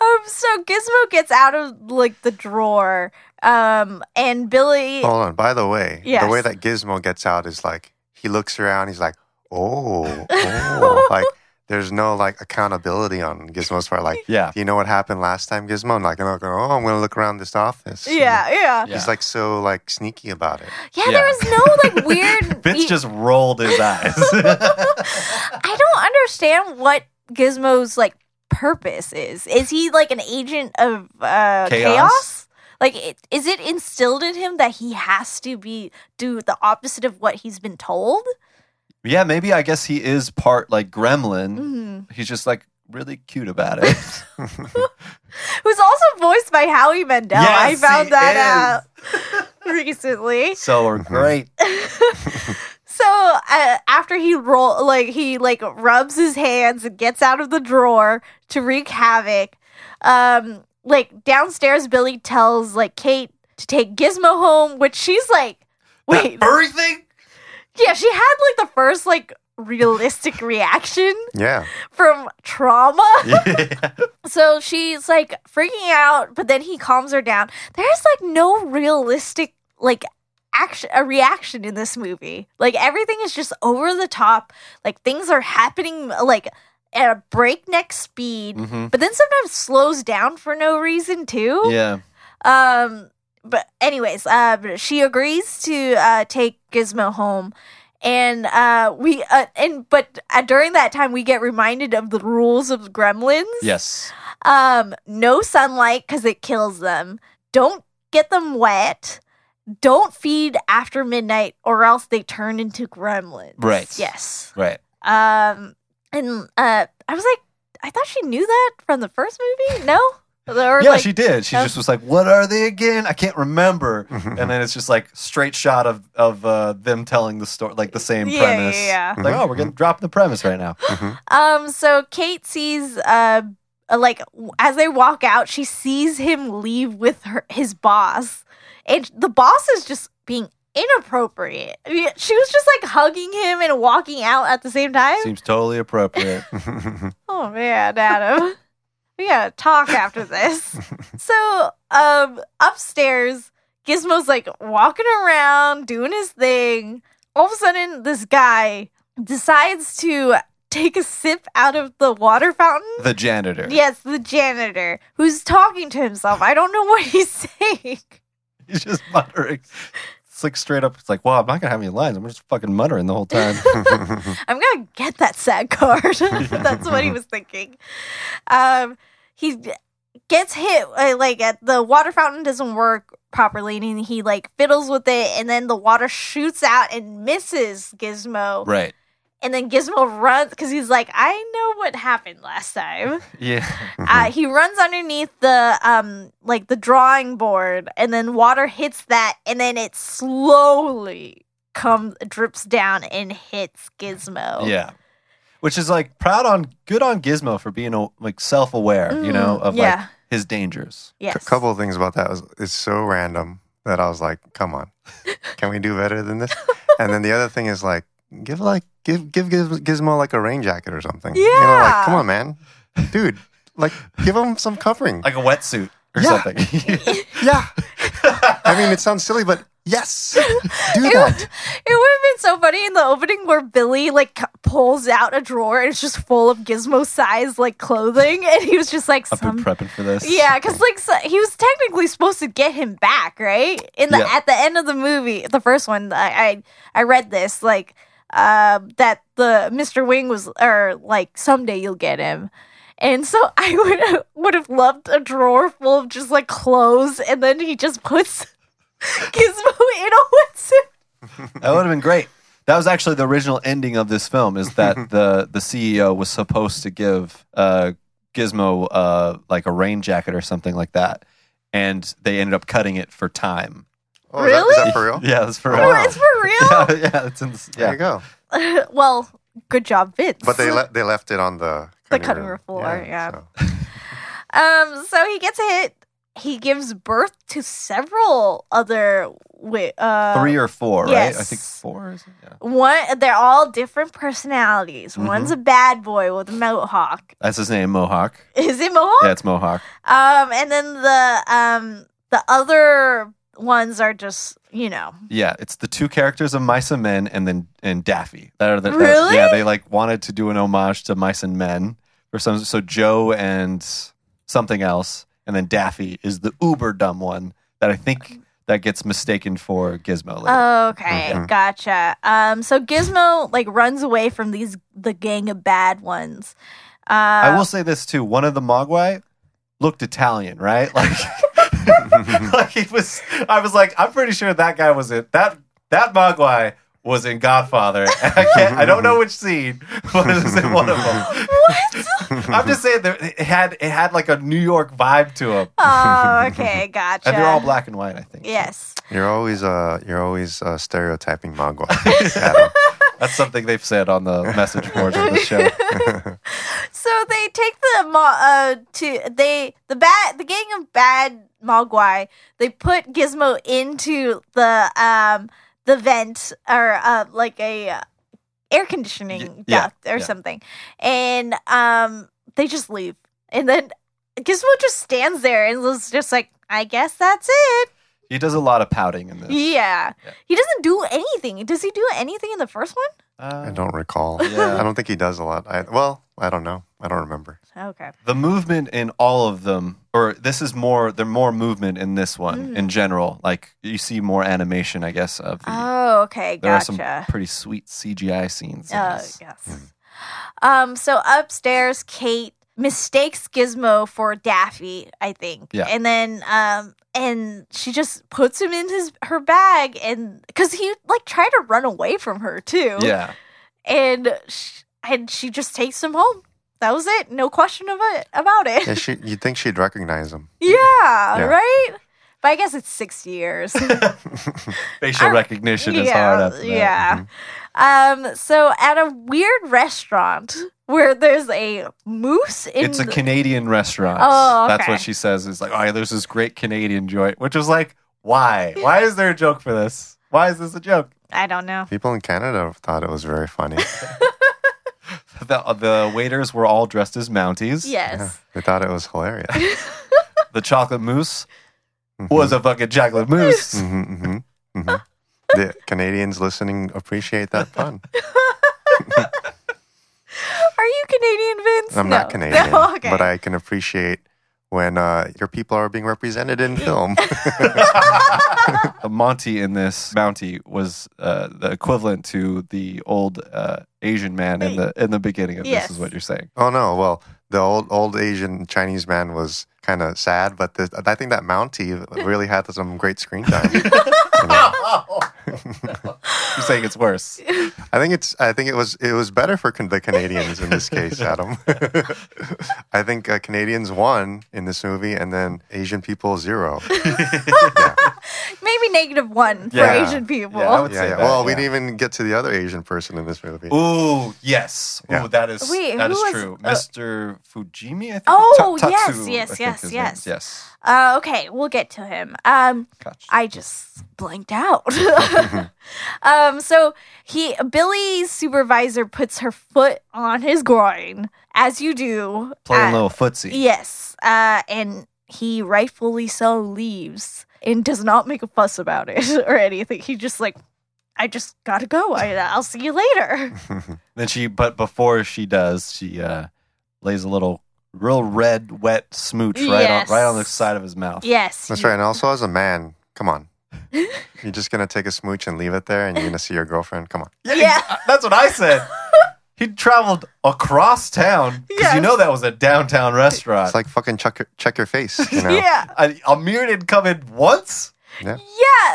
B: Um, so Gizmo gets out of like the drawer, um, and Billy.
C: Oh,
D: Hold on. By the way,
B: Yes.
D: the way that Gizmo gets out is like he looks around. He's like, oh, oh. like there's no like accountability on Gizmo's part. Like,
C: Yeah.
D: do you know what happened last time, Gizmo? And like, I'm like, oh, I'm gonna look around this office.
B: Yeah, yeah,
C: Yeah.
D: He's like so like sneaky about it.
B: yeah. There was no like weird.
C: Vince
B: e-
C: just rolled his eyes.
B: I don't understand what Gizmo's like purpose is. Is he like an agent of uh, chaos?
C: Chaos?
B: Like, it, is it instilled in him that he has to be do the opposite of what he's been told?
C: yeah, maybe I guess he is part like gremlin.
B: hmm
C: He's just like really cute about it.
B: Who's also voiced by Howie Mandel. I
C: Yes,
B: found
C: he
B: that
C: is.
B: out recently.
C: so are great.
B: So uh, after he roll, like he like rubs his hands and gets out of the drawer to wreak havoc. Um, like downstairs, Billy tells like Kate to take Gizmo home, which she's like, wait,
C: That furry thing?
B: yeah, she had like the first like realistic reaction
D: Yeah,
B: from trauma.
C: Yeah.
B: So she's like freaking out, but then he calms her down. There's like no realistic like action a reaction in this movie. Like everything is just over the top. Like things are happening like at a breakneck speed,
C: Mhm.
B: but then sometimes slows down for no reason too.
C: Yeah.
B: Um, but anyways, uh, but she agrees to uh, take Gizmo home, and uh, we uh, and but uh, during that time we get reminded of the rules of Gremlins.
C: Yes.
B: Um, no sunlight because it kills them. Don't get them wet. Don't feed after midnight or else they turn into gremlins.
C: Right.
B: Yes.
C: Right.
B: Um, and uh, I was like, I thought she knew that from the first movie. No. Or
C: yeah,
B: like,
C: she did. She
B: uh,
C: just was like, "What are they again? I can't remember."
D: Mm-hmm.
C: and then it's just like straight shot of of uh, them telling the story, like the same
B: Yeah, yeah,
C: premise.
B: yeah.
C: Like, oh, we're
D: Mm-hmm.
C: gonna drop the premise right now.
B: Um, so Kate sees uh like w- as they walk out, she sees him leave with her his boss. And the boss is just being inappropriate. I mean, she was just like hugging him and walking out at the same time.
C: Seems totally appropriate.
D: Mm-hmm.
B: Oh man, Adam. we gotta talk after this. so, um, upstairs, Gizmo's like walking around, doing his thing. All of a sudden, this guy decides to take a sip out of the water fountain.
C: the janitor.
B: Yes, the janitor who's talking to himself. I don't know what he's saying.
C: He's just muttering. It's like straight up. It's like, wow, I'm not gonna have any lines. I'm just fucking muttering the whole time.
D: Mm-hmm.
B: I'm gonna get that sad card. That's what he was thinking. Um, he gets hit uh, like at the water fountain doesn't work properly, and he like fiddles with it, and then the water shoots out and misses Gizmo,
C: right.
B: and then Gizmo runs because he's like, I know what happened last time.
C: Yeah.
B: uh, he runs underneath the um like the drawing board, and then water hits that, and then it slowly comes drips down and hits Gizmo.
C: Yeah. Which is like proud on good on Gizmo for being a, like self aware, you know,
B: Mm,
C: of like
B: yeah.
C: his dangers.
B: Yes.
D: A couple of things about that was it's so random that I was like, come on, can we do better than this? And then the other thing is like, give like give give Giz- Gizmo like a rain jacket or something. You know,
B: Yeah.
D: like come on, man, dude, like give him some covering.
C: Like a wetsuit or
D: Yeah.
C: something.
D: yeah, I mean it sounds silly, but yes, do
B: It, would,
D: that.
B: it would have been so funny in the opening where Billy like c- pulls out a drawer and it's just full of Gizmo size like clothing, and he was just like
C: I've been
B: some.
C: prepping for this.
B: Yeah, because like so, he was technically supposed to get him back, right? In the
C: Yeah.
B: at the end of the movie, the first one, I I, I read this like um that the Mr. Wing was or like someday you'll get him, And so I would would have loved a drawer full of just like clothes, and then he just puts Gizmo in a wetsuit.
C: That would have been great. That was actually the original ending of this film. Is that the the CEO was supposed to give uh, Gizmo uh, like a rain jacket or something like that, and they ended up cutting it for time.
D: Oh, is that- Is that,
B: Really?
D: for real?
C: Yeah, that's for
D: Oh,
C: real.
D: wow.
B: It's for real.
C: Yeah, yeah, it's in,
D: There
C: yeah.
D: you go.
B: well, good job, Vince.
D: But they le- they left it on the
B: The
D: cutting
B: cutting room floor, yeah.
D: so.
B: Um, so he gets hit. He gives birth to several other wi- uh,
C: three or four, right? I
B: yes.
C: think four. Is it? Yeah.
B: one. They're all different personalities.
C: Mm-hmm.
B: One's a bad boy with a mohawk.
C: That's his name, Mohawk.
B: Is it mohawk?
C: Yeah, it's Mohawk.
B: Um, and then the um the other ones are just you know
C: Yeah, it's the two characters of Mice and Men, and then and Daffy. That are the, that-
B: Really?
C: yeah. They like wanted to do an homage to Mice and Men or some. So Joe and something else, and then Daffy is the uber dumb one that I think that gets mistaken for Gizmo. Later.
B: Okay, gotcha. Um, so Gizmo like runs away from these the gang of bad ones. Uh,
C: I will say this too. One of the Mogwai looked Italian, right? Like, like he was. I was like, I'm pretty sure that guy was it. That that Mogwai was in Godfather. I can't. I don't know which scene, but it was in one of them. I'm just saying that it had it had like a New York vibe to him,
B: Oh, okay, gotcha.
C: and they're all black and white. I think.
B: Yes.
D: You're always uh you're always uh, stereotyping Magua. Adam.
C: that's something they've said on the message board of the show.
B: So they take the mo- uh to they the bad the gang of bad Mogwai. They put Gizmo into the um the vent or uh like a uh, air conditioning
C: Y- yeah,
B: duct or
C: yeah.
B: something, and um they just leave, and then Gizmo just stands there and was just like, I guess that's it.
C: He does a lot of pouting in this.
B: Yeah.
C: Yeah.
B: He doesn't do anything. Does he do anything in the first one?
C: Uh,
D: I don't recall.
C: Yeah.
D: I don't think he does a lot. I, well, I don't know. I don't remember.
B: Okay.
C: the movement in all of them or this is more there more movement in this one
B: Mm.
C: in general like you see more animation i guess of the,
B: Oh, okay.
C: there
B: Gotcha.
C: are some pretty sweet cgi scenes in
B: Uh,
C: this.
B: yes.
C: Mm-hmm.
B: Um, so upstairs, Kate mistakes Gizmo for Daffy, I think.
C: Yeah.
B: And then um and she just puts him in his her bag and cuz he like tried to run away from her too.
C: yeah
B: And sh and she just takes him home. That was it. No question of it about it.
D: Yeah, she. You'd think she'd recognize him.
B: Yeah,
D: Yeah.
B: right? But I guess it's 60 years.
C: facial
B: I-
C: recognition is hard after that.
D: Mm-hmm.
B: Yeah. Um, so at a weird restaurant where there's a moose in
C: it's a
B: the-
C: canadian restaurant
B: Oh,
C: that's what
B: okay.
C: she says is like oh yeah, there's this great canadian joint which was like why why is there a joke for this why is this a joke
B: I don't know.
D: People in Canada thought it was very funny.
C: the, uh, the waiters were all dressed as mounties
B: Yes.
D: they thought it was hilarious. Mm-hmm.
C: the chocolate mousse was a fucking chocolate mousse
D: hmm hmm hmm The Canadians listening appreciate that fun.
B: Are you Canadian, Vince?
D: I'm
B: no.
D: not Canadian,
B: No, okay.
D: but I can appreciate when uh, your people are being represented in film.
C: The Monty in this Mountie was uh, the equivalent to the old uh, Asian man in the in the beginning of
B: Yes.
C: this is what you're saying.
D: oh no! Well, the old old Asian Chinese man was kind of sad, but the, I think that Mountie really had some great screen time. You know?
C: You're saying it's worse.
D: I think it's. I think it was. It was better for can, the Canadians in this case, Adam. I think uh, Canadians won in this movie, and then Asian people zero.
B: Maybe negative one
C: Yeah.
B: for Asian people.
C: Yeah, I would
D: yeah,
C: say
D: yeah.
C: that,
D: Well, we
C: yeah.
D: didn't even get to the other Asian person in this movie.
C: Ooh, yes.
D: Yeah.
C: Ooh, that is
B: Wait,
C: that
B: who
C: is
B: was-
C: true.
B: uh,
C: Mr. Fujimi, I think.
B: Oh,
C: Ta-
B: yes,
C: Tatsu,
B: yes,
C: I think
B: yes,
C: his
B: yes.
C: name is.
B: Uh, okay, we'll get to him. Um,
C: Gotcha.
B: I just blanked out. um, so he Billy's supervisor puts her foot on his groin, as you do.
C: Playing
B: uh,
C: little footsie.
B: Yes, uh, and he rightfully so leaves and does not make a fuss about it or anything. He just like, I just gotta go. I, I'll see you later.
C: Then she, but before she does, she uh, lays a little real red, wet smooch right
B: Yes.
C: on right on the side of his mouth.
B: yes,
D: That's
B: you-
D: right. And also, as a man, come on. You're just gonna take a smooch and leave it there, and you're gonna see your girlfriend. Come on.
C: Yeah, uh,
B: Yeah.
C: ex- that's what I said. He traveled across town because you
B: Yes.
C: know that was a downtown restaurant.
D: It's like fucking check your, check your face. You know?
B: Yeah.
C: a, Amir didn't come in once.
B: Yeah,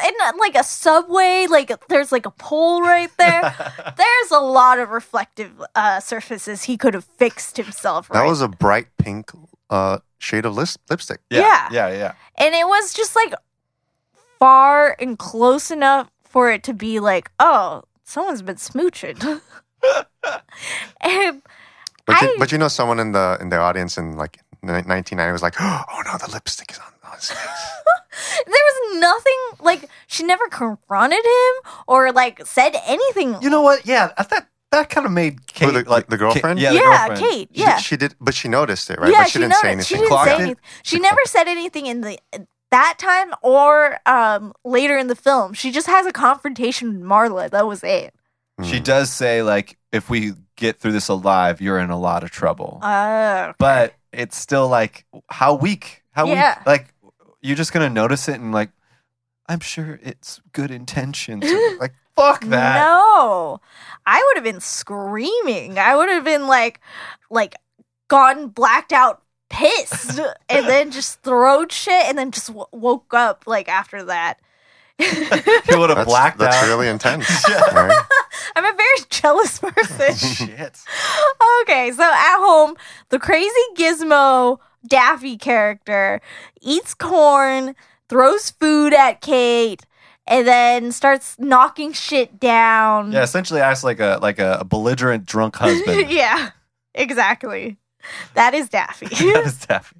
B: and uh, like a subway, like there's like a pole right there. there's a lot of reflective uh, surfaces he could have fixed himself. Right?
D: That was a bright pink uh, shade of lis- lipstick.
C: Yeah,
B: Yeah.
C: yeah, yeah.
B: and it was just like far and close enough for it to be like, oh, someone's been smooching. and
D: But, you,
B: I-
D: but you know, someone in the in the audience in like ni- 1990 was like, "Oh no, the lipstick is on, on his face."
B: there was nothing like she never confronted him or like said anything.
C: You know what? Yeah, I thought that kind of made Kate
D: the-
C: like
D: the girlfriend?
C: Kate, yeah, the
B: yeah,
C: girlfriend.
B: Kate.
D: She-
B: Yeah,
D: she, did, but she noticed it, right? but she didn't
B: noticed-
D: say anything.
B: She didn't
C: Clocked
B: say
C: it?
B: anything. She never said anything in the that time or um, later in the film. She just has a confrontation with Marla. That was it.
D: Hmm.
C: She does say like, if we get through this alive, you're in a lot of trouble.
B: Oh,
C: but it's still like how weak, how
B: Yeah.
C: weak. Like you're just gonna notice it and like, I'm sure it's good intentions. Or, like fuck that.
B: no! I would have been screaming. I would have been like, like, gone blacked out, pissed, and then just throwed shit, and then just w- woke up like after that.
C: He would have
D: That's,
C: blacked
D: that's
C: out.
D: really intense. right?
B: I'm a very jealous person.
C: Shit.
B: okay, so at home, the crazy gizmo Daffy character eats corn, throws food at Kate, and then starts knocking shit down.
C: Yeah, essentially acts like a like a belligerent drunk husband.
B: yeah, exactly. That is Daffy.
C: That is Daffy.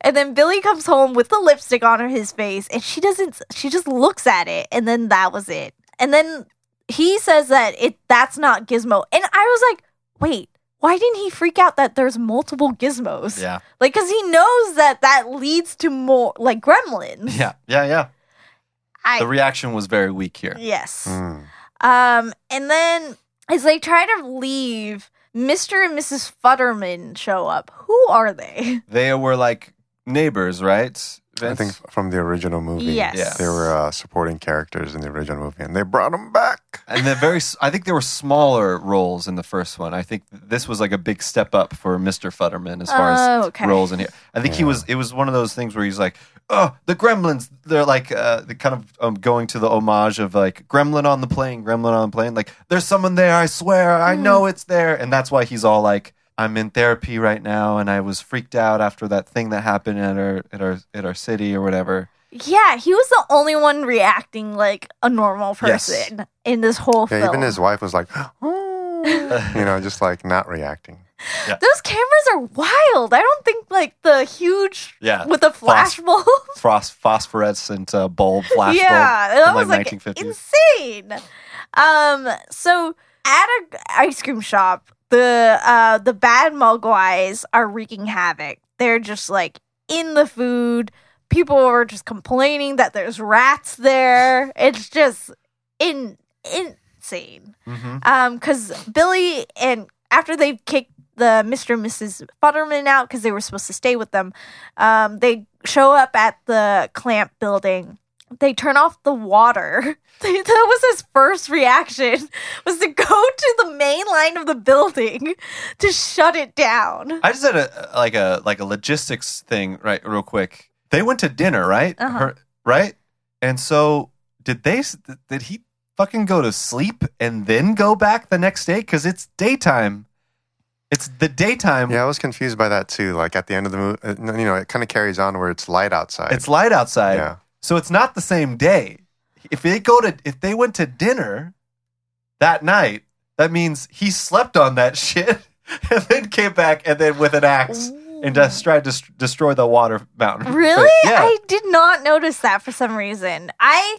B: and then Billy comes home with the lipstick on her his face and she doesn't she just looks at it and then that was it. And then he says that it that's not Gizmo. And I was like, "Wait, why didn't he freak out that there's multiple Gizmos?"
C: Yeah.
B: Like, cause he knows that that leads to more like gremlins.
C: Yeah. Yeah. Yeah.
B: I,
C: The reaction was very weak here.
B: yes.
D: Mm.
B: Um, and then as they try to leave, Mr. and Mrs. Futterman show up. Who are they?
C: They were like neighbors, right?
D: I
C: Vince?
D: think from the original movie,
B: Yes.
C: Yeah.
D: they were uh, supporting characters in the original movie, and they brought them back.
C: and they're very. s- I think there were smaller roles in the first one. I think this was like a big step up for Mr. Futterman as far as
B: Oh, okay.
C: roles in here. I think he was. It was one of those things where he's like, "Oh, the Gremlins." They're like uh, the kind of um, going to the homage of like Gremlin on the plane, Gremlin on the plane. Like, there's someone there. I swear,
B: Hmm.
C: I know it's there, and that's why he's all like. I'm in therapy right now, and I was freaked out after that thing that happened at our at our at our city or whatever.
B: Yeah, he was the only one reacting like a normal
C: Yes.
B: person in this whole
D: Yeah,
B: film.
D: even his wife was like, "Oh," you know, just like not reacting.
B: Those cameras are wild. I don't think like the huge
C: Yeah,
B: with the flash
C: phos-
B: bulb.
C: Fros- phosphorescent uh, bulb flash bulb
B: yeah, that
C: in
B: was
C: like
B: like
C: 1950s.
B: insane. Um, so at a g- ice cream shop, the uh the bad Mogwais are wreaking havoc. They're just like in the food. People are just complaining that there's rats there. It's just in insane.
C: Mhm.
B: Um, because Billy and after they kicked the Mr. and Mrs. Futterman out because they were supposed to stay with them, um, they show up at the Clamp building. They turn off the water. that was his first reaction was to go to the main line of the building to shut it down.
C: I just had a like a like a logistics thing, right? Real quick, they went to dinner, right?
B: Uh-huh.
C: right, and so did they? s- Did he fucking go to sleep and then go back the next day? Because it's daytime. It's the daytime.
D: Yeah, I was confused by that too. Like at the end of the movie, uh, you know, it kind of carries on where it's light outside.
C: It's light outside,
D: yeah,
C: so it's not the same day. If they go to if they went to dinner that night, that means he slept on that shit and then came back and then with an axe and just tried to s- destroy the water mountain.
B: Really?
C: Yeah.
B: I did not notice that for some reason. I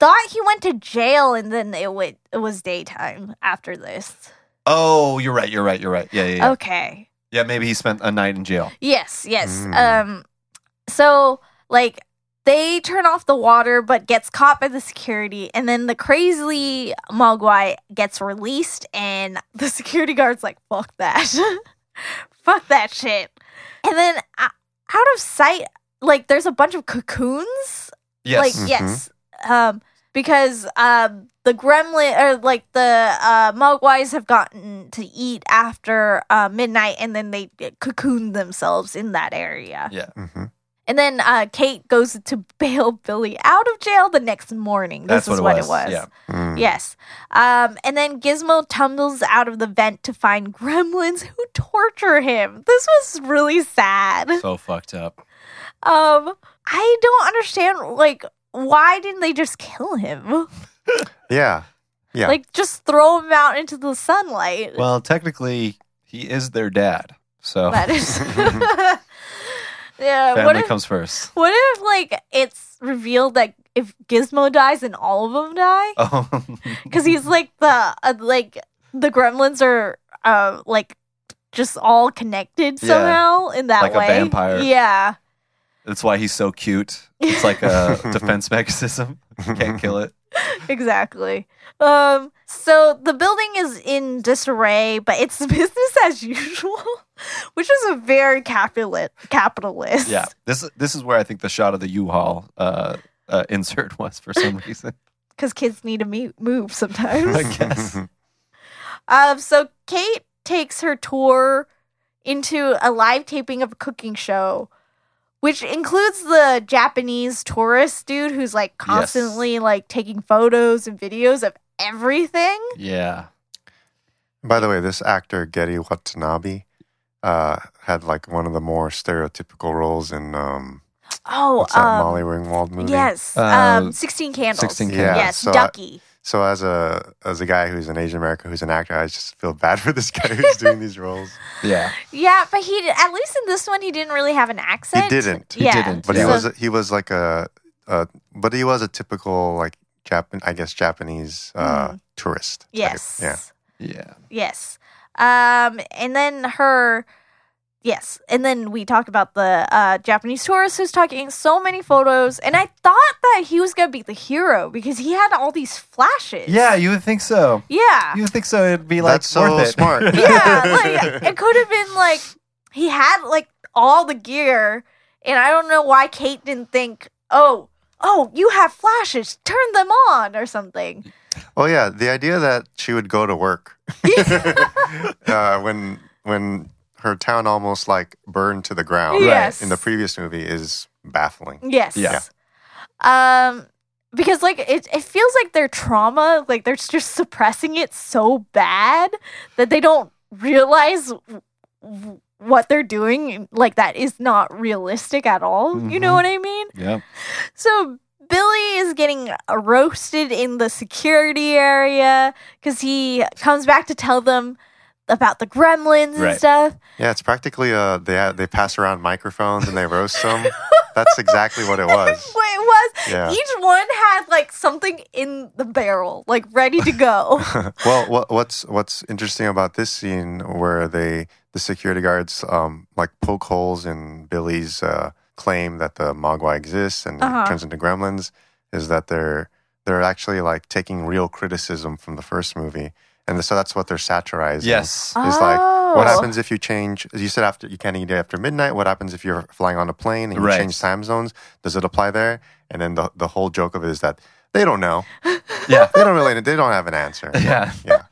B: thought he went to jail and then it, went, it was daytime after this.
C: Oh, you're right. You're right. You're right. Yeah, yeah, yeah.
B: Okay.
C: Yeah, maybe he spent a night in jail.
B: Yes, yes.
D: Mm.
B: Um so like they turn off the water but gets caught by the security and then the crazy Mogwai gets released and the security guard's like fuck that. fuck that shit. And then uh, out of sight like there's a bunch of cocoons
C: Yes. Mm.
B: like
D: Mhm.
B: yes. Um because um, the gremlin or like the uh, mogwais have gotten to eat after uh, midnight, and then they uh, cocoon themselves in that area.
C: Yeah.
D: hmm
B: And then uh, Kate goes to bail Billy out of jail the next morning. This
C: That's
B: is
C: what
B: what
C: it was, yeah.
D: Mm.
B: Yes. Um, and then Gizmo tumbles out of the vent to find gremlins who torture him. This was really sad.
C: So fucked up.
B: Um, I don't understand, like, why didn't they just kill him?
D: Yeah. Yeah.
B: Like, just throw him out into the sunlight.
C: Well, technically, he is their dad. So
B: That is. yeah. What
C: family
B: if,
C: comes first.
B: what if, like, it's revealed that if Gizmo dies, then all of them die?
C: Oh,
B: because he's like the uh, like the gremlins are uh like just all connected
C: Yeah.
B: somehow in that
C: Like a
B: way
C: vampire.
B: yeah
C: that's why he's so cute. It's like a defense mechanism. Can't kill it.
B: exactly um so the building is in disarray but it's business as usual which is a very capitalist capitalist
C: Yeah. This this is where I think the shot of the U-Haul uh, uh, insert was for some reason.
B: because kids need to me- move sometimes
C: I guess.
B: Um, so Kate takes her tour into a live taping of a cooking show, which includes the Japanese tourist dude who's like constantly like taking photos and videos of everything.
C: Yeah.
D: By the way, this actor Getty Watanabe uh, had like one of the more stereotypical roles in um,
B: Oh,
D: what's that
B: um,
D: Molly Ringwald movie?
B: yes,
C: Uh,
B: um, sixteen candles.
C: 16
D: Candles.
B: Yes,
D: So I-
B: Ducky.
D: So as a as a guy who's an Asian American who's an actor, I just feel bad for this guy who's doing these roles.
C: Yeah.
B: yeah, but he did- at least in this one he didn't really have an accent.
D: didn't. He
B: Yeah,
C: didn't,
D: But he
C: So-
D: was he was like a, a but he was a typical like Japan I guess Japanese uh, tourist. type.
B: Mm-hmm. yes.
D: Yeah.
C: Yeah.
B: Yes. Um, and then her, yes. And then we talk about the uh, Japanese tourist who's taking so many photos. And I thought that he was going to be the hero because he had all these flashes.
C: Yeah, you would think so.
B: Yeah.
C: You would think so. It'd be like
D: That's so
C: worth it.
D: smart.
B: yeah. Like, it could have been like he had like all the gear. And I don't know why Kate didn't think, oh, oh, you have flashes, turn them on or something.
D: Well, Oh, yeah, the idea that she would go to work uh, when when her town almost like burned to the ground
B: Yes.
D: in the previous movie is baffling.
B: Yes.
C: Yeah.
B: Um because like it, it feels like their trauma, like they're just suppressing it so bad that they don't realize w- w- what they're doing like that is not realistic at all. You know
C: Mhm.
B: what I mean?
C: Yeah.
B: So Billy is getting roasted in the security area cuz he comes back to tell them about the gremlins
C: Right.
B: and stuff.
D: Yeah, it's practically uh they they pass around microphones and they roast them. That's exactly what it was.
B: What it was.
D: Yeah.
B: Each one had like something in the barrel, like ready to go.
D: well, what, what's what's interesting about this scene where they the security guards um, like poke holes in Billy's uh, claim that the Mogwai exists and
B: Uh-huh.
D: turns into gremlins is that they're they're actually like taking real criticism from the first movie, and so that's what they're satirizing.
C: Yes.
D: It's like,
B: Oh.
D: What happens if you change? You said after you can't eat after midnight. What happens if you're flying on a plane and you
C: Right.
D: change time zones? Does it apply there? And then the the whole joke of it is that they don't know.
C: Yeah.
D: They don't really. They don't have an answer.
C: Yeah.
D: Yeah.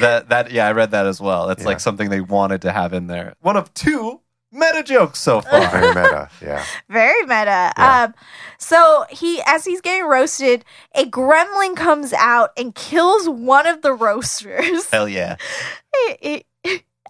C: That that yeah, I read that as well. That's
D: Yeah.
C: like something they wanted to have in there. One of two meta jokes so far.
D: Very Oh, meta. Yeah.
B: Very meta.
D: Yeah.
B: Um, so he, as he's getting roasted, a gremlin comes out and kills one of the roasters.
C: Hell yeah.
B: I- I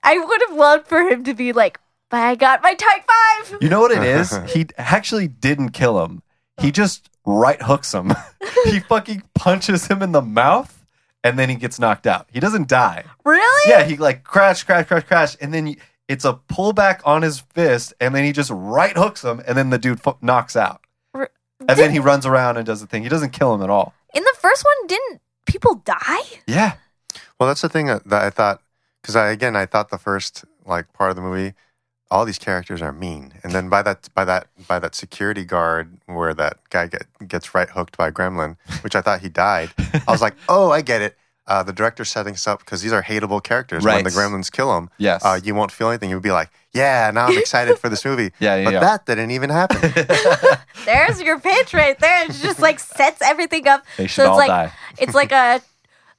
B: I would have loved for him to be like, "But I got my type five.
C: You know what it is? He actually didn't kill him. He just right hooks him. he fucking punches him in the mouth and then he gets knocked out. He doesn't die.
B: Really?
C: Yeah, he like crash, crash, crash, crash, and then you- it's a pullback on his fist, and then he just right hooks him, and then the dude fu- knocks out,
B: R-
C: and then he runs around and does the thing. He doesn't kill him at all.
B: In the first one, didn't people die?
C: Yeah,
D: Well, that's the thing that that I thought because I again I thought the first like part of the movie, all these characters are mean, and then by that by that by that security guard where that guy get, gets right hooked by a gremlin, which I thought he died. I was like, oh, I get it. uh, the director setting us up because these are hateable characters.
C: Right.
D: When the gremlins kill them,
C: Yes.
D: uh, you won't feel anything. You'll be like, yeah, now I'm excited for this movie.
C: Yeah, yeah,
D: But
C: yeah.
D: that didn't even happen.
B: There's your pitch right there. It just like sets everything up.
C: They should all
B: like
C: die.
B: it's like a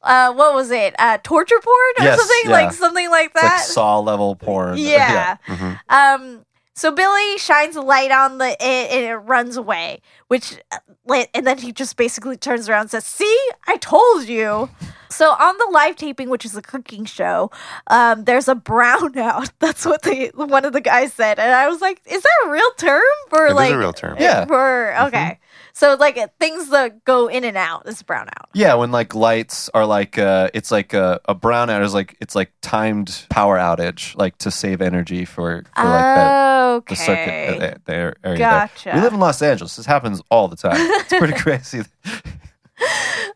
B: uh, what was it? Uh, torture porn or
C: Yes,
B: something
C: yeah.
B: like something like
C: It's like
B: that.
C: Saw level porn.
B: yeah.
D: Mhm.
B: Um. So Billy shines a light on the it and it runs away, which uh, li- and then he just basically turns around and says, "See, I told you." So on the live taping, which is a cooking show, um, there's a brownout. That's what the one of the guys said, and I was like, "Is that a real term for
D: It is
B: like
D: a real term.
C: Yeah.
B: for okay?" So like things that go in and out is brownout.
C: Yeah, when like lights are like uh it's like a, a brownout is like it's like timed power outage, like to save energy for, for like that
B: okay.
C: the circuit uh, the, the area there.
B: Gotcha.
C: We live in Los Angeles. This happens all the time. It's pretty crazy.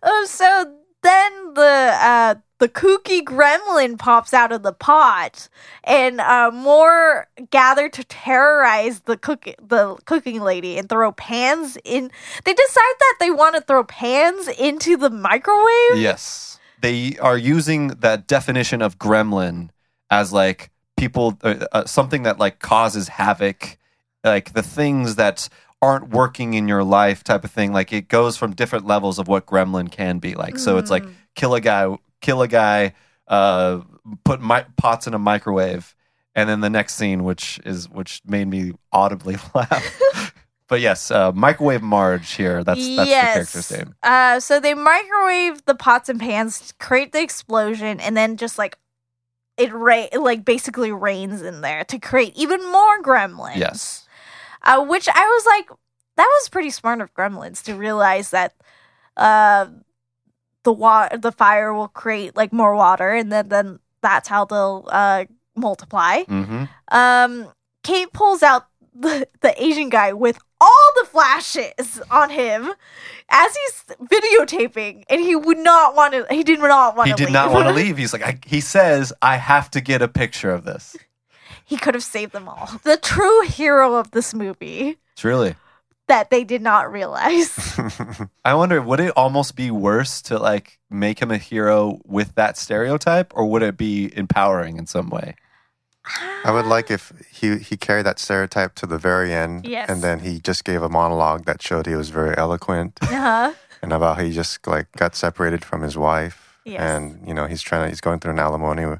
B: Oh, so then the uh, the kooky gremlin pops out of the pot, and uh, more gather to terrorize the cook the cooking lady and throw pans in. They decide that they want to throw pans into the microwave.
C: yes. They are using that definition of gremlin as like people uh, uh, something that like causes havoc, like the things that aren't working in your life type of thing. Like it goes from different levels of what gremlin can be like. So it's like
B: Mm.
C: kill a guy, kill a guy, uh, put mi- pots in a microwave, and then the next scene, which is which made me audibly laugh. but yes, uh, microwave Marge here. That's that's the character's name.
B: Uh, so they microwave the pots and pans, create the explosion, and then just like it ra- it, like basically rains in there to create even more gremlins.
C: Yes,
B: uh, which I was like, that was pretty smart of Gremlins to realize that uh, the water, the fire will create like more water, and then then that's how they'll uh, multiply.
C: hmm
B: Um, Kate pulls out the, the Asian guy with all the flashes on him as he's videotaping, and he would not want to. He did not want
C: he
B: to.
C: did not want to leave. He's like, I, he says, I have to get a picture of this.
B: he could have saved them all. The true hero of this movie
C: It's really.
B: that they did not realize.
C: I wonder, would it almost be worse to like make him a hero with that stereotype, or would it be empowering in some way?
D: I would like if he, he carried that stereotype to the very end.
B: Yes.
D: And then he just gave a monologue that showed he was very eloquent
B: Uh-huh.
D: and about how he just like got separated from his wife.
B: Yes.
D: And, you know, he's trying to, he's going through an alimony with,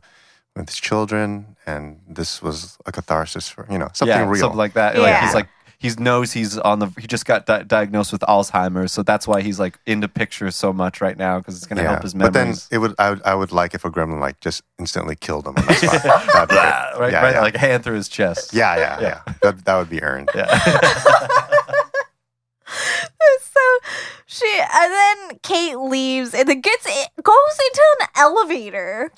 D: with his children. And this was a catharsis for, you know, something
C: yeah,
D: real.
C: something like that. Like
B: Yeah.
C: he's like he knows he's on the. He just got di- diagnosed with Alzheimer's, so that's why he's like into pictures so much right now because it's gonna help his
D: But then
C: memories.
D: it would I, would I would like if a gremlin like just instantly killed him on the spot. That'd be
C: Blah,
D: good.
C: Ah, right,
D: yeah,
C: right,
D: yeah.
C: like hand through his chest.
D: yeah, yeah,
C: Yeah.
D: yeah. That, that would be earned.
C: yeah.
B: so she and then Kate leaves and then gets it goes into an elevator.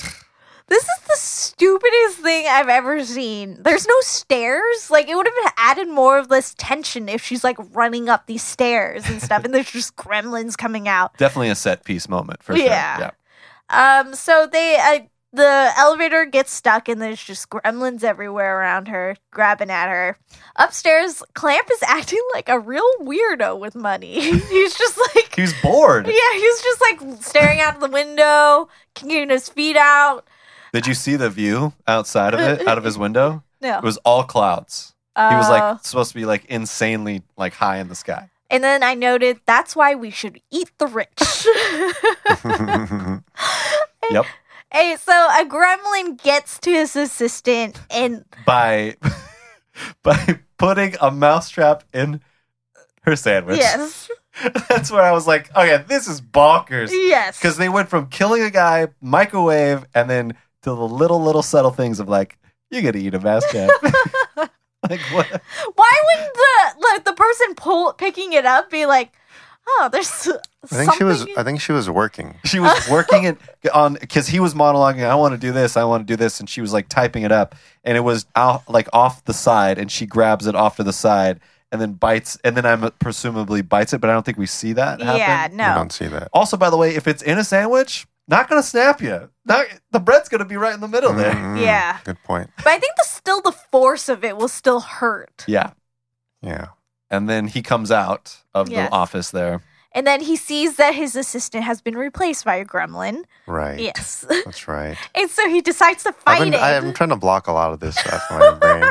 B: This is the stupidest thing I've ever seen. There's no stairs. Like it would have added more of this tension if she's like running up these stairs and stuff, and there's just gremlins coming out.
C: Definitely a set piece moment for
B: Yeah.
C: sure. Yeah.
B: Um, so they uh, the elevator gets stuck, and there's just gremlins everywhere around her, grabbing at her. Upstairs, Clamp is acting like a real weirdo with money. He's just like
C: He was bored.
B: Yeah, he's just like staring out the window, kicking his feet out.
C: Did you see the view outside of it, out of his window?
B: No.
C: It was all clouds. He was
B: Uh,
C: like supposed to be like insanely like high in the sky.
B: and then I noted that's why we should eat the rich.
C: Yep.
B: hey, so a gremlin gets to his assistant and
C: By by putting a mousetrap in her sandwich.
B: yes,
C: That's where I was like, okay, this is bonkers.
B: yes,
C: Because they went from killing a guy, microwave, and then to the little, little subtle things of like, you're going to eat a mousetrap. like, what?
B: why wouldn't the like the person pull picking it up be like, oh, there's
D: I think she was I think she was working.
C: She was working it on, because he was monologuing, I want to do this, I want to do this. And she was like typing it up. And it was out, like off the side, and she grabs it off to the side and then bites. And then I'm presumably bites it, but I don't think we see that happen.
B: yeah,
D: I
B: no,
D: don't see that.
C: Also, by the way, if it's in a sandwich, not going to snap you. Not, the bread's going to be right in the middle there.
D: Mm,
B: Yeah.
D: Good point.
B: but I think the still the force of it will still hurt.
C: Yeah.
D: Yeah.
C: and then he comes out of
B: Yes.
C: the office there.
B: And then he sees that his assistant has been replaced by a gremlin.
D: Right.
B: Yes.
D: That's right.
B: and so he decides to
D: I've
B: fight
D: been,
B: it.
D: I- I'm trying to block a lot of this out of my brain.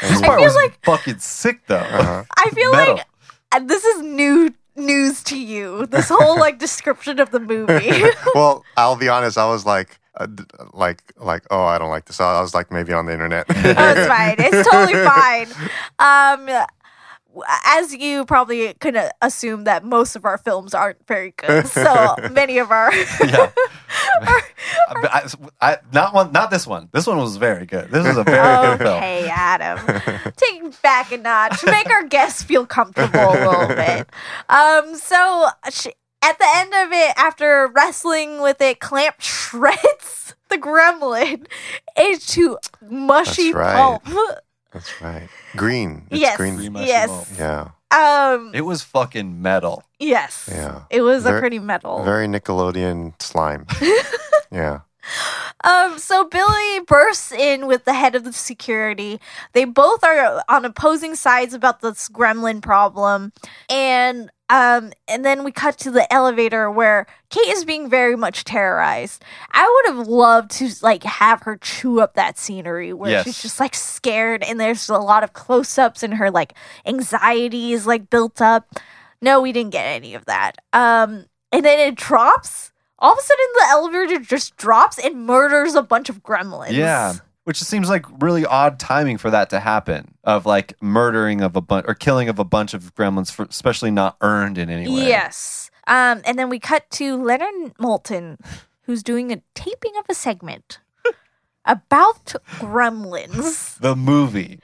C: This
D: I
C: part
B: feel
C: was
B: like-
C: fucking sick though.
D: Uh-huh.
B: I feel
C: Metal.
B: like uh, this is new news to you. This whole like description of the movie.
D: well, I'll be honest. I was like, uh, d- like, like, oh, I don't like this. I was like, maybe on the internet.
B: oh, it's fine. It's totally fine. Um, as you probably could uh, assume that most of our films aren't very good, so many of our
C: yeah. But I, I- not one, not this one. This one was very good. This was a very good film.
B: okay, Adam, take it back a notch. Make our guests feel comfortable a little bit. Um, so sh at the end of it, after wrestling with it, Clamp shreds the gremlin into mushy
D: That's right.
B: pulp.
D: That's right. Green. It's
B: yes,
D: green.
B: yes,
D: Yeah.
B: um,
C: It was fucking metal.
B: yes.
D: Yeah.
B: It was a
D: Very-
B: pretty metal.
D: Very Nickelodeon slime. yeah.
B: Um, so Billy bursts in with the head of the security. They both are on opposing sides about this gremlin problem, and um, and then we cut to the elevator where Kate is being very much terrorized. I would have loved to like have her chew up that scenery where
C: Yes.
B: she's just like scared, and there's a lot of close-ups, and her like anxiety is like built up. No, we didn't get any of that. Um, and then it drops all of a sudden the elevator just drops and murders a bunch of gremlins.
C: Yeah. Which seems like really odd timing for that to happen of like murdering of a bunch or killing of a bunch of gremlins, for, especially not earned in any way.
B: Yes. Um, and then we cut to Leonard Moulton, who's doing a taping of a segment about gremlins,
C: The movie.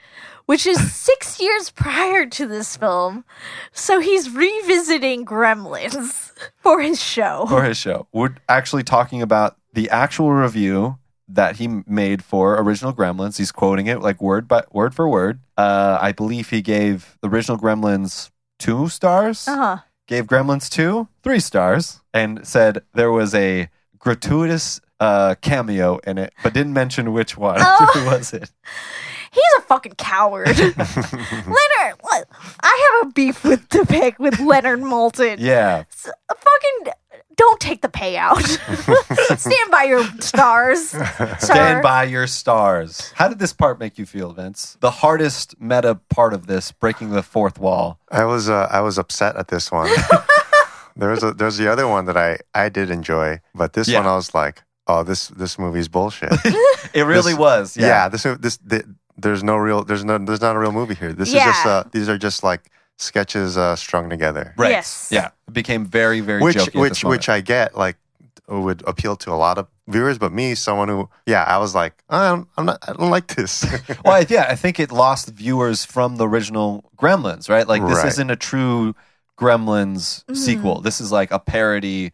B: which is six years prior to this film. So he's revisiting gremlins for his show.
C: for his show. We're actually talking about the actual review that he made for original Gremlins. He's quoting it like word by word for word. Uh, I believe he gave the original Gremlins two stars,
B: Uh-huh.
C: gave Gremlins two three stars, and said there was a gratuitous uh, cameo in it, but didn't mention which one.
B: Oh.
C: Who was it?
B: He's a fucking coward. Leonard, what- I have a beef with to pick with Leonard Moulton.
C: Yeah,
B: S- uh, fucking don't take the payout. Stand by your stars.
C: Stand
B: Stand
C: by your stars. How did this part make you feel, Vince? The hardest meta part of this, breaking the fourth wall.
D: I was uh, I was upset at this one. there was a, there's the other one that I I did enjoy, but this
C: Yeah.
D: one I was like, oh, this this movie's bullshit.
C: It really
D: This-
C: was.
D: yeah. this this th there's no real there's no there's not a real movie here. This
B: Yeah.
D: is just uh, these are just like sketches uh, strung together.
C: Right.
B: Yes.
C: Yeah. It became very, very
D: which
C: jokey.
D: which which I get like would appeal to a lot of viewers, but me, someone who yeah, I was like, I'm, I'm not I don't like this.
C: well, I- yeah, I think it lost viewers from the original Gremlins, right? Like this
D: Right.
C: isn't a true Gremlins
B: Mhm.
C: sequel. This is like a parody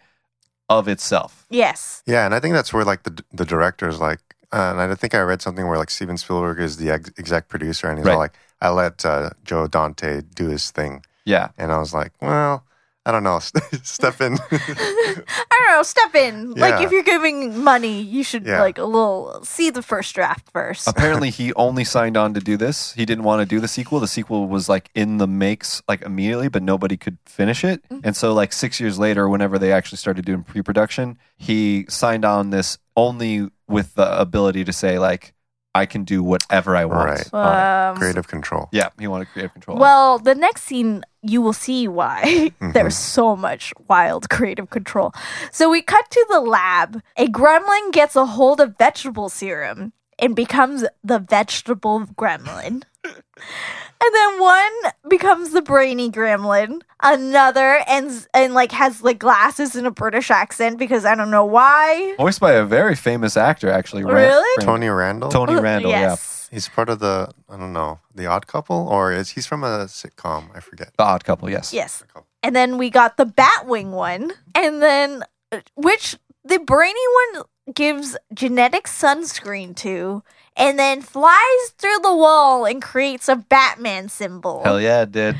C: of itself.
B: Yes.
D: yeah, and I think that's where like the the director is like, uh, and I think I read something where like Steven Spielberg is the ex- exec producer, and he's all
C: Right.
D: like, I let uh, Joe Dante do his thing,
C: Yeah.
D: and I was like, well, I don't know, step in.
B: I don't know. Step in. Like
D: Yeah.
B: if you're giving money, you should
D: Yeah.
B: like a little see the first draft first.
C: Apparently, he only signed on to do this. He didn't want to do the sequel. The sequel was like in the makes, like immediately, but nobody could finish it.
B: Mm.
C: And so, like six years later, whenever they actually started doing pre-production, he signed on this only with the ability to say like, "I can do whatever I want."
D: Right.
C: on it.
B: Um,
D: Creative control.
C: Yeah, he wanted creative control.
B: well, the next scene you will see why
C: Mm-hmm.
B: there's so much wild creative control. So we cut to the lab. A gremlin gets a hold of vegetable serum and becomes the vegetable gremlin. And then one becomes the brainy gremlin, another and and like has like glasses and a British accent because I don't know why.
C: voiced by a very famous actor, actually. Ra-
B: Really?
C: Ra-
D: Tony Randall.
C: Tony Randall.
B: yes.
D: He's part of the I don't know the Odd Couple, or is he's from a sitcom? I forget.
C: Yeah, the Odd Couple. Yes.
B: Yes. And then we got the Batwing one, and then uh, which the brainy one gives genetic sunscreen to, and then flies through the wall and creates a Batman symbol.
C: Hell yeah, it did.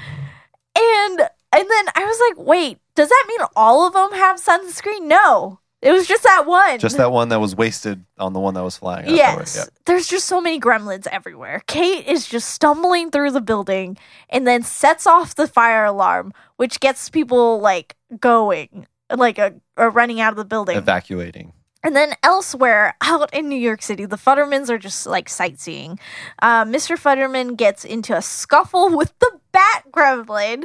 B: And and then I was like, wait, does that mean all of them have sunscreen? No. It was just that one.
C: Just that one that was wasted on the one that was flying.
B: Yes.
C: afterward. Yeah.
B: There's just so many gremlins everywhere. Kate is just stumbling through the building and then sets off the fire alarm, which gets people like going, like a, or running out of the building.
C: Evacuating.
B: And then elsewhere, out in New York City, the Futtermans are just like sightseeing. Uh, Mr. Futterman gets into a scuffle with the Bat Gremlin,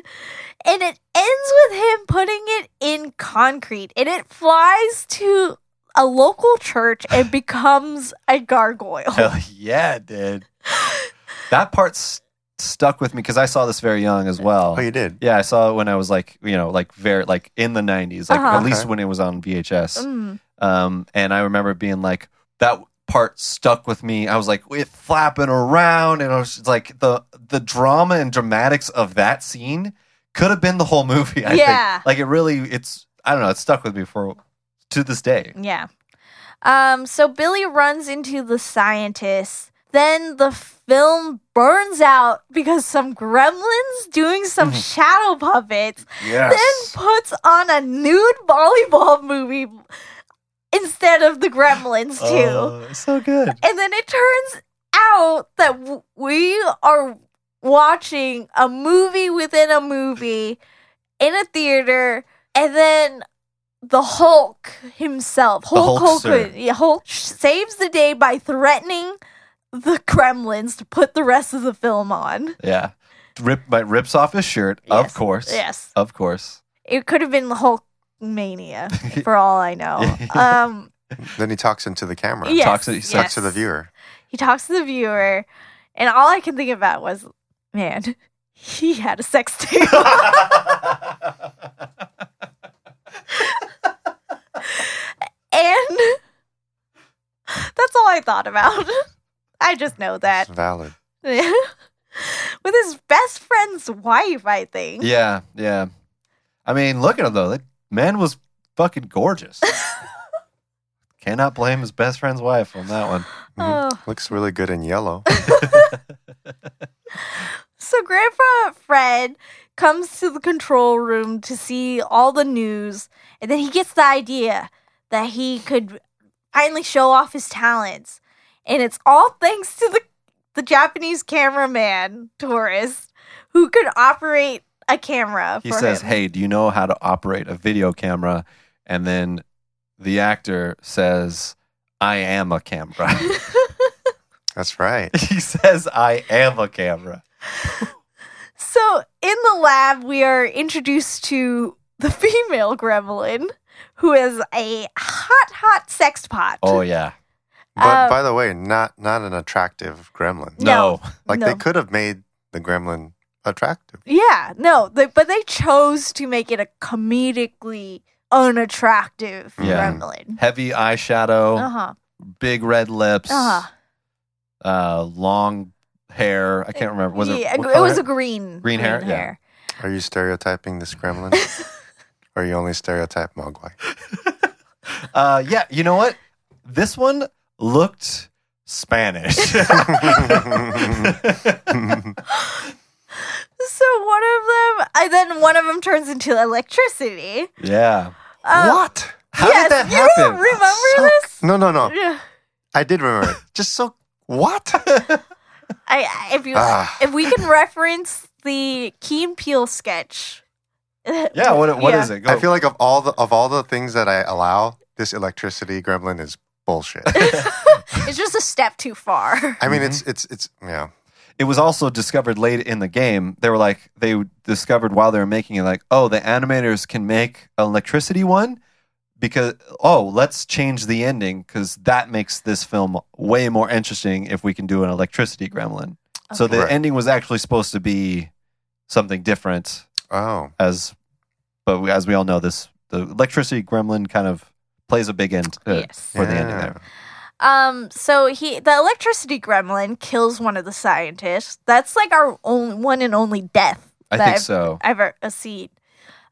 B: and it ends with him putting it in concrete, and it flies to a local church and becomes a gargoyle.
C: Hell yeah, dude. that part s- stuck with me because I saw this very young as well.
D: Oh, you did.
C: Yeah, I saw it when I was like, you know, like very like in the '90s, like
B: Uh-huh.
C: at least
D: Okay.
C: when it was on VHS.
B: Mm.
C: Um, and I remember being like, that part stuck with me. I was like, it flapping around, and I was just like, the the drama and dramatics of that scene could have been the whole movie. I
B: Yeah.
C: think. like it really, it's I don't know, it stuck with me for to this day.
B: Yeah. Um, so Billy runs into the scientist. Then the film burns out because some gremlins doing some shadow puppets
C: Yes,
B: then puts on a nude volleyball movie instead of the Gremlins too.
C: Oh, so good.
B: And then it turns out that w- we are watching a movie within a movie in a theater, and then the Hulk himself, Hulk
C: Hulkster.
B: Hogan, yeah, Hulk sh- saves the day by threatening the Gremlins to put the rest of the film on.
C: Yeah, rip, but rips off his shirt,
B: Yes.
C: of course.
B: Yes.
C: of course.
B: It could have been the Hulk mania, for all I know. Um,
D: Then he talks into the camera.
B: yes,
C: Talks to- he
B: yes.
D: Talks to the viewer.
B: He talks to the viewer, and all I can think about was, man, he had a sex tape. and that's all I thought about. I just know that.
D: It's valid.
B: With his best friend's wife, I think.
C: yeah, yeah. I mean, look at him though. That man was fucking gorgeous. Cannot blame his best friend's wife on that one.
B: Oh.
D: Mhm. Looks really good in yellow.
B: So Grandpa Fred comes to the control room to see all the news, and then he gets the idea that he could finally show off his talents. And it's all thanks to the the Japanese cameraman tourist who could operate a camera.
C: He
B: for
C: says,
B: him.
C: "Hey, do you know how to operate a video camera?" And then the actor says, "I am a camera."
D: That's right.
B: Uh,
C: he says, "I am a camera."
B: So in the lab, we are introduced to the female gremlin, who is a hot, hot sex pot.
C: Oh yeah.
D: But
B: Um,
D: by the way, not not an attractive gremlin.
B: No.
C: No.
D: Like
B: No.
D: they could have made the gremlin attractive.
B: Yeah, no, they, but they chose to make it a comedically unattractive
C: Yeah.
B: gremlin.
C: Heavy eyeshadow,
B: Uh huh.
C: big red lips,
B: Uh huh.
C: uh, long hair. I can't remember. Was
B: yeah,
C: it?
B: it,
C: what
B: it was
C: color?
B: a green
C: Green hair? Yeah.
D: Are you stereotyping this gremlin? or you only stereotype Mogwai?
C: Uh, yeah, you know what? This one looked Spanish.
B: Uh, So one of them, and then one of them turns into electricity.
C: yeah.
B: Uh,
D: what?
C: How
B: yes,
C: did that
B: you don't
C: happen?
B: remember this?
D: No, no, no.
B: Yeah.
D: I did remember. it. Just so what?
B: I- I if you
D: Ah.
B: if we can reference the Keen Peel sketch.
C: yeah, what, What is
B: Yeah.
C: it? Go.
D: I feel like of all the of all the things that I allow, this electricity gremlin is bullshit.
B: It's just a step too far.
C: Mm-hmm.
D: I mean, it's it's it's yeah.
C: it was also discovered late in the game. They were like, they discovered while they were making it, like, oh, the animators can make an electricity one because, oh, let's change the ending because that makes this film way more interesting if we can do an electricity gremlin. So the
D: Right.
C: ending was actually supposed to be something different.
D: Oh,
C: as but we- as we all know this the electricity gremlin kind of plays a big end uh,
B: Yes.
C: for the ending there
B: Um, so he the electricity gremlin kills one of the scientists. That's like our only one and only death that
C: i think
B: I've
C: so
B: ever uh, seen.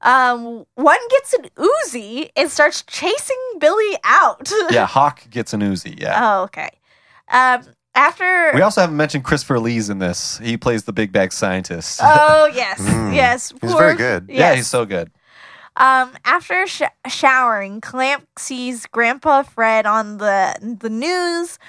B: Um, one gets an Uzi and starts chasing Billy out.
C: yeah hawk gets an Uzi. yeah
B: oh, okay. Um, after
C: we also haven't mentioned christopher lee's in this he plays the big bag scientist
B: oh yes,
D: Mm.
B: yes,
D: He's very good.
C: yeah
B: yes.
C: he's so good
B: Um, after sh- showering, Clamp sees Grandpa Fred on the the news.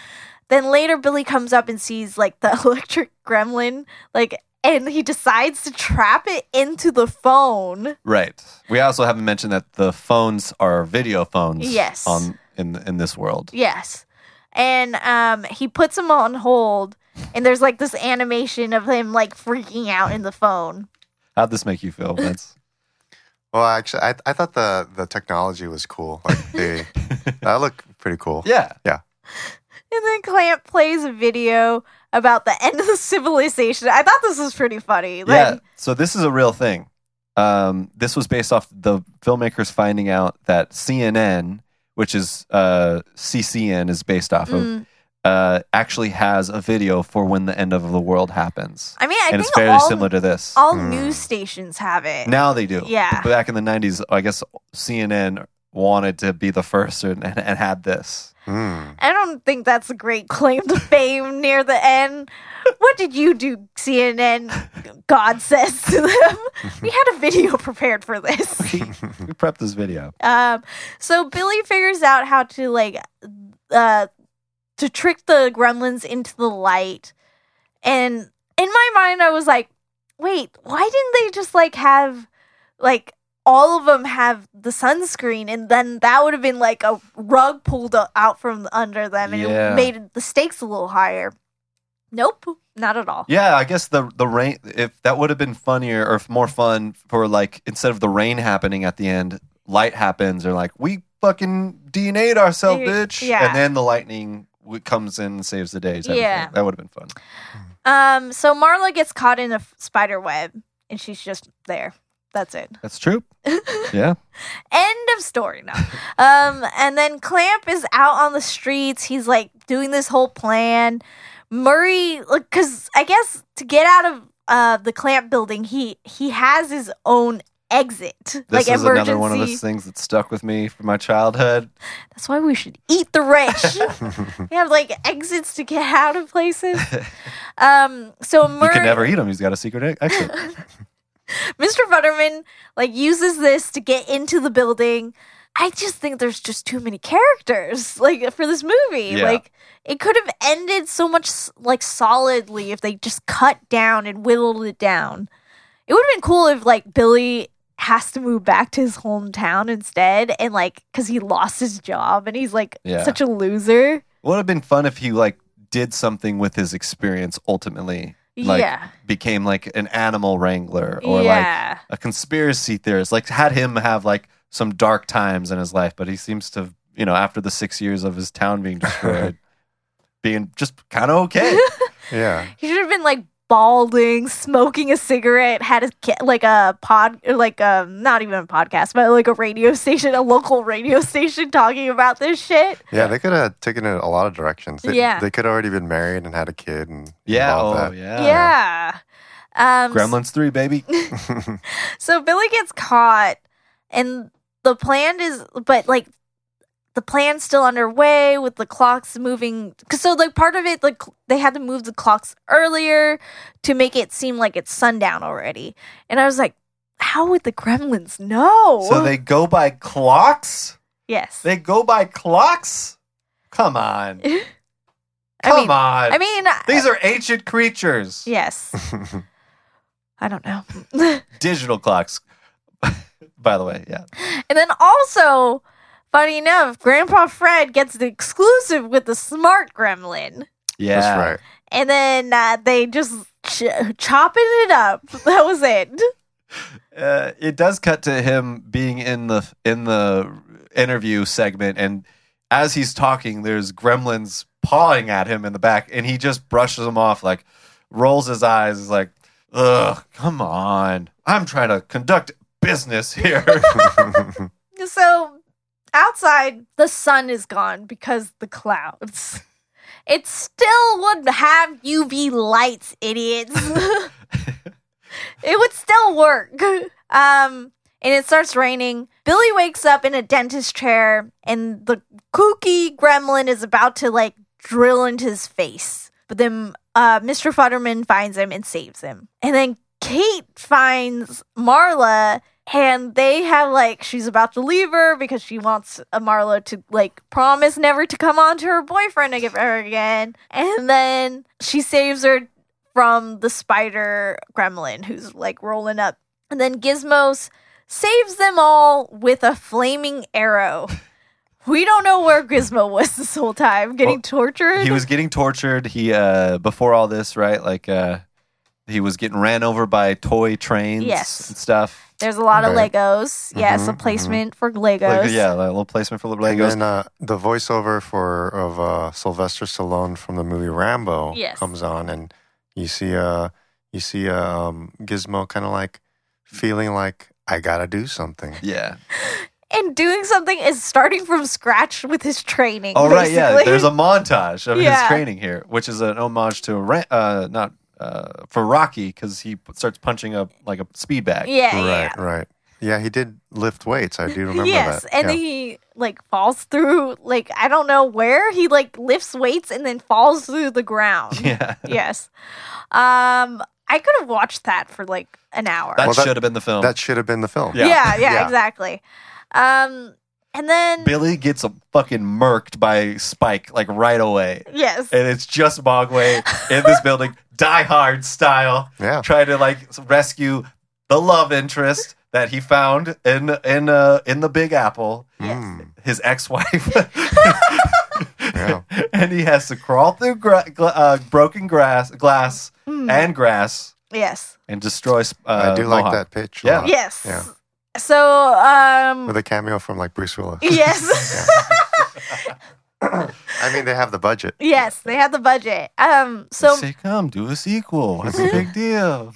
B: Then later, Billy comes up and sees like the electric gremlin, like, and he decides to trap it into the phone.
C: Right. We also haven't mentioned that the phones are video phones.
B: Yes.
C: On in in this world.
B: Yes, and um, he puts him on hold, and there's like this animation of him like freaking out in the phone.
C: How'd this make you feel, Vince?
D: Well, actually, I, I thought the the technology was cool. Like they, that looked pretty cool.
C: yeah.
B: And then Clamp plays a video about the end of the civilization. I thought this was pretty funny. Like,
C: yeah. So this is a real thing. Um, this was based off the filmmakers finding out that CNN, which is uh, CCN, is based off of,
B: mm.
C: uh, actually has a video for when the end of the world happens,
B: I mean, I
C: and
B: think
C: it's very
B: all,
C: similar to this.
B: all
D: Mm.
B: news stations have it.
C: now they do.
B: Yeah.
C: But back in the '90s, I guess CNN wanted to be the first and, and, and had this.
D: Mm.
B: I don't think that's a great claim to fame near the end. What did you do, CNN? God says to them. We had a video prepared for this.
C: We prepped this video.
B: Um, so Billy figures out how to like uh to trick the gremlins into the light. And in my mind I was like, "Wait, why didn't they just like have like all of them have the sunscreen and then that would have been like a rug pulled o- out from under them and
C: Yeah.
B: it made the stakes a little higher." Nope, not at all.
C: Yeah, I guess the the rain if that would have been funnier or if more fun for like instead of the rain happening at the end, light happens or like we fucking DNA'd ourselves,
B: Yeah.
C: bitch. And then the lightning w- comes in and saves the day. type of thing.
B: Yeah.
C: that would have been fun.
B: Um so Marla gets caught in a f- spider web and she's just there. That's it.
C: That's true. yeah,
B: End of story now. um, and then Clamp is out on the streets. He's like doing this whole plan. Murray, because I guess to get out of uh, the Clamp building, he he has his own exit,
C: this
B: like
C: is
B: emergency.
C: another one of those things that stuck with me from my childhood.
B: That's why we should eat the rich. we have like exits to get out of places. Um, so Murray,
C: You can never eat him. He's got a secret e- exit.
B: Mr. Butterman like uses this to get into the building. I just think there's just too many characters like for this movie.
C: Yeah.
B: Like it could have ended so much like solidly if they just cut down and whittled it down. It would have been cool if like Billy has to move back to his hometown instead and like cuz he lost his job and he's like
C: Yeah.
B: such a loser.
C: would have been fun if he like did something with his experience ultimately. Like
B: yeah.
C: became like an animal wrangler or like
B: yeah.
C: a conspiracy theorist. Like had him have like some dark times in his life, but he seems to, you know, after the six years of his town being destroyed, being just kind of okay.
D: Hmm. Yeah.
B: He should have been like balding, smoking a cigarette, had a ca- like a pod, or, like um, not even a podcast, but like a radio station, a local radio station talking about this shit.
D: Yeah, they could have taken it a lot of directions. They,
B: Yeah.
D: they could have already been married and had a kid and
C: yeah.
D: all
C: Oh
D: that.
C: yeah.
B: Yeah. Um,
C: Gremlins three, baby.
B: So Billy gets caught, and the plan is, but like the plan's still underway with the clocks moving. 'cause so like part of it, like they had to move the clocks earlier to make it seem like it's sundown already. And I was like, how would the gremlins know?
C: So they go by clocks.
B: yes,
C: They go by clocks. Come on. Come
B: I mean,
C: on.
B: I mean, I-
C: These are ancient creatures.
B: yes. I don't know.
C: Digital clocks. by the way, yeah.
B: And then also, funny enough, Grandpa Fred gets the exclusive with the smart gremlin.
C: Yeah.
D: That's right.
B: And then uh, they just ch- chopping it up. That was it.
C: uh, it does cut to him being in the in the interview segment, and as he's talking, there's gremlins pawing at him in the back, and he just brushes them off, like rolls his eyes, is like, "Ugh, come on! I'm trying to conduct business here."
B: So outside, the sun is gone because the clouds. It still would have UV lights, idiots. it would still work. Um, and it starts raining. Billy wakes up in a dentist chair, and the kooky gremlin is about to like drill into his face. But then uh, Mr. Futterman finds him and saves him. And then Kate finds Marla and they have like she's about to leave her because she wants uh, Marlo to like promise never to come on to her boyfriend ag- her again, and then she saves her from the spider gremlin who's like rolling up, and then Gizmos saves them all with a flaming arrow. We don't know where Gizmo was this whole time, getting
C: Well,
B: tortured.
C: He was getting tortured. He uh before all this, right? Like uh he was getting ran over by toy trains
B: Yes.
C: and stuff.
B: There's a lot of
D: Right.
B: Legos. Yes, a
D: Mhm,
B: placement for
C: Mm-hmm, Like,
B: Legos.
C: yeah, like a little placement for little
D: And
C: Legos.
D: then uh, the voiceover for of uh, Sylvester Stallone from the movie Rambo
B: Yes.
D: comes on, and you see uh you see uh, um, Gizmo kind of like feeling like I gotta do something.
C: yeah.
B: And doing something is starting from scratch with his training.
C: Oh right, yeah.
B: basically.
C: There's a montage of his
B: Yeah.
C: training here, which is an homage to Ra- uh not uh for Rocky because he p- starts punching a like a speed bag.
B: Yeah, yeah.
D: Right, right. Yeah, he did lift weights. I do remember
B: yes,
D: that.
B: and
D: Yeah.
B: then he like falls through like I don't know where he like lifts weights and then falls through the ground.
C: Yeah.
B: yes. Um, I could have watched that for like an hour.
C: That
D: Well, that-
C: should have been the film.
D: that should have been the film.
C: yeah.
B: yeah,
D: Yeah.
B: exactly. Um, and then
C: Billy gets a fucking murked by Spike like right away.
B: yes,
C: and it's just Mogwai in this building, Die Hard style,
D: Yeah.
C: trying to like rescue the love interest that he found in in uh, in the Big Apple,
B: Yes.
D: Mm,
C: his ex-wife,
D: yeah.
C: and he has to crawl through gra- gla- uh, broken grass, glass,
B: Mm,
C: and grass,
B: yes,
C: and destroy. Sp- Uh,
D: I do
C: Mohawk.
D: like that pitch. a
C: Yeah.
D: lot.
B: yes.
D: Yeah.
B: So um,
D: With a cameo from like Bruce Willis.
B: yes.
D: I mean, they have the budget.
B: Yes, they had the budget. Um, so
C: say, come do a sequel. What's the big deal?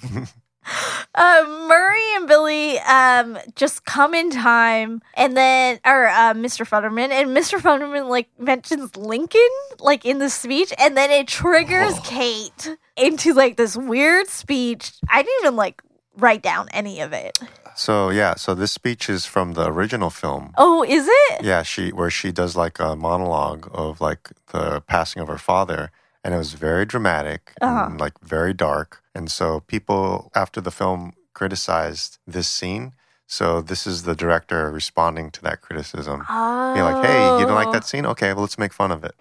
B: uh, Murray and Billy um just come in time, and then or uh, Mr. Futterman and Mr. Futterman like mentions Lincoln like in the speech, and then it triggers
D: Oh.
B: Kate into like this weird speech. I didn't even like write down any of it.
D: So yeah, so this speech is from the original film.
B: Oh, is it?
D: Yeah, she where she does like a monologue of like the passing of her father, and it was very dramatic
B: Uh-huh.
D: and like very dark. And so people after the film criticized this scene. So this is the director responding to that criticism.
B: Oh,
D: Be like, hey, you don't like that scene? Okay, well let's make fun of it.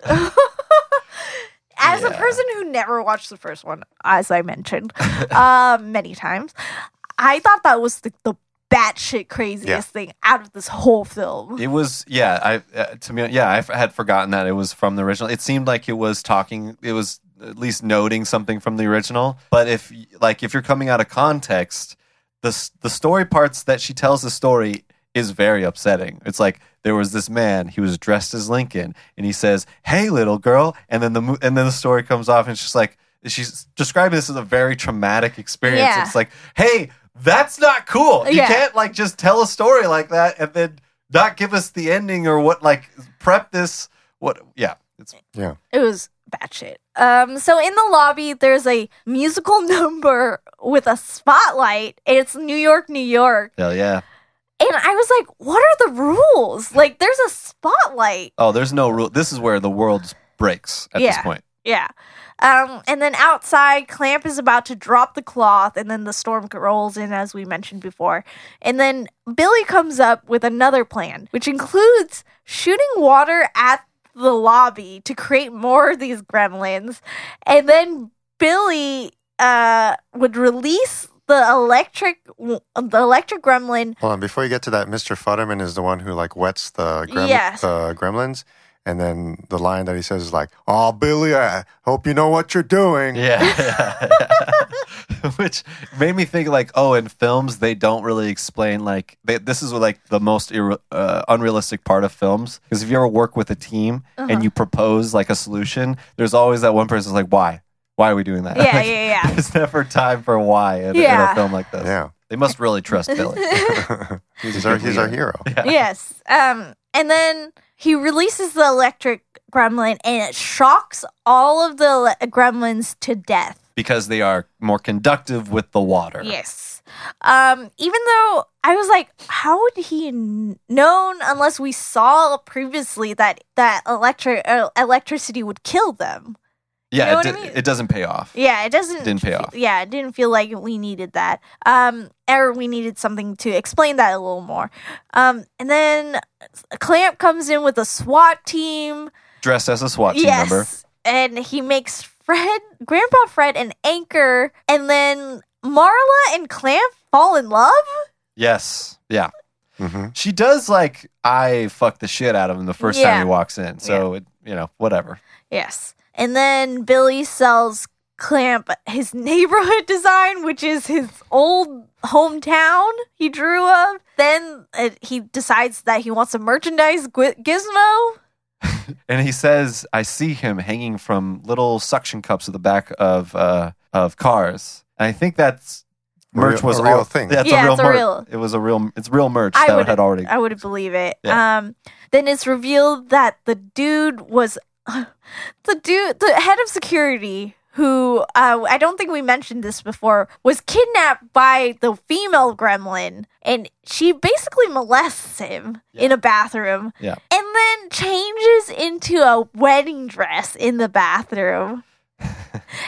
B: As a
C: Yeah.
B: person who never watched the first one, as I mentioned uh, many times, I thought that was the, the batshit craziest
D: Yeah.
B: thing out of this whole film.
C: It was yeah. I uh, to me yeah. I f- had forgotten that it was from the original. It seemed like it was talking. It was at least noting something from the original. But if y- like if you're coming out of context, the s- the story parts that she tells the story is very upsetting. It's like there was this man. He was dressed as Lincoln, and he says, "Hey, little girl," and then the mo- and then the story comes off, and she's like, she's describing this as a very traumatic experience.
B: Yeah.
C: It's like, hey. That's not cool. You
B: Yeah.
C: can't like just tell a story like that and then not give us the ending or what like prep this what yeah it's
B: It was batshit. Um, so in the lobby, there's a musical number with a spotlight, and it's New York, New York.
C: hell yeah
B: And I was like, what are the rules? Like, there's a spotlight.
C: oh there's no rule this is where the world breaks at this
B: Yeah.
C: point
B: Yeah. Um, and then outside, Clamp is about to drop the cloth, and then the storm rolls in, as we mentioned before. And then Billy comes up with another plan, which includes shooting water at the lobby to create more of these gremlins. And then Billy uh, would release the electric, the electric gremlin.
D: Hold on, before you get to that, Mr. Futterman is the one who like wets the, grem-
B: Yes.
D: the gremlins. And then the line that he says is like, Oh, Billy, I hope you know what you're doing.
C: yeah which made me think like oh in films they don't really explain like they, this is like the most ir- uh, unrealistic part of films because if you ever work with a team
B: Uh-huh.
C: and you propose like a solution there's always that one person's like why why are we doing that
B: Yeah,
C: Like,
B: yeah, yeah.
C: there's never time for why in, in
B: Yeah.
C: a film like this
D: Yeah.
C: they must really trust billy
D: he's,
C: a
D: our,
C: good
D: he's our
C: leader.
D: hero.
B: yes. Um, and then he releases the electric gremlin, and it shocks all of the ele- gremlins to death.
C: because they are more conductive with the water.
B: Yes. Um, even though I was like, how would he kn- known unless we saw previously that that electric uh, electricity would kill them?
C: Yeah,
B: know
C: it,
B: what I
C: di-
B: mean?
C: it doesn't pay off.
B: Yeah, it doesn't
C: Didn't pay
B: fe-
C: off.
B: Yeah, it didn't feel like we needed that. Um, or we needed something to explain that a little more. Um, and then Clamp comes in with a SWAT team.
C: Dressed as a SWAT team
B: yes,
C: member.
B: and he makes Fred, Grandpa Fred, an anchor, and then Marla and Clamp fall in love.
C: Yes. Yeah.
D: hmm
C: She does like I fuck the shit out of him the first time
B: Yeah.
C: he walks in. So it, you know, whatever.
B: Yes, and then Billy sells Clamp his neighborhood design, which is his old hometown he drew of. Then uh, he decides that he wants to merchandise Gwi- Gizmo.
C: And he says, "I see him hanging from little suction cups at the back of uh, of cars." And I think that's
D: A real-
C: merch was
D: a real
C: all-
D: thing.
C: That's
B: Yeah,
C: a real
B: it's a
C: merch.
B: real-
C: It was a real. It's real merch
B: I
C: that
B: would-
C: had already.
B: I would believe it.
C: Yeah.
B: Um, then it's revealed that the dude was the dude, the head of security, who uh, I don't think we mentioned this before, was kidnapped by the female gremlin, and she basically molests him in a bathroom.
C: Yeah.
B: and then changes into a wedding dress in the bathroom.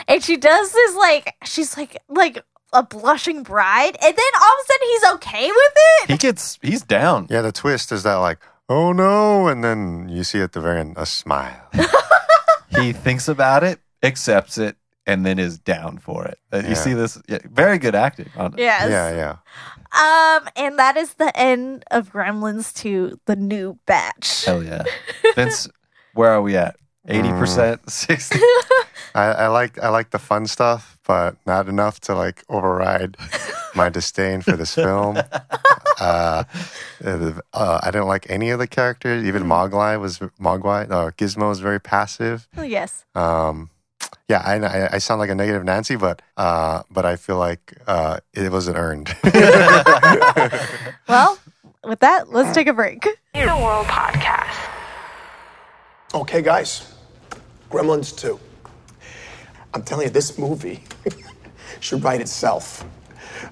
B: and she does this like she's like like a blushing bride, and then all of a sudden he's okay with it.
C: he gets. He's down.
D: Yeah, the twist is that like, oh no, and then you see at the very end a smile.
C: he thinks about it, accepts it, and then is down for it. Uh,
D: Yeah.
C: You see this? Yeah, very good acting. On it.
B: Yes.
D: Yeah, yeah.
B: Um, and that is the end of Gremlins 2, the new batch.
C: Hell yeah, Vince. Where are we at?
D: Mm.
C: Eighty percent, sixty.
D: I, I like I like the fun stuff, but not enough to like override my disdain for this film. Uh, uh, uh, I didn't like any of the characters. Even Mogwai was Mogwai. Uh, Gizmo was very passive.
B: yes.
D: Um, yeah, I, I, I sound like a negative Nancy, but uh, but I feel like uh, it wasn't earned.
B: Well, with that, let's take a break.
A: In the World Podcast.
E: Okay, guys, Gremlins 2. I'm telling you, this movie should write itself.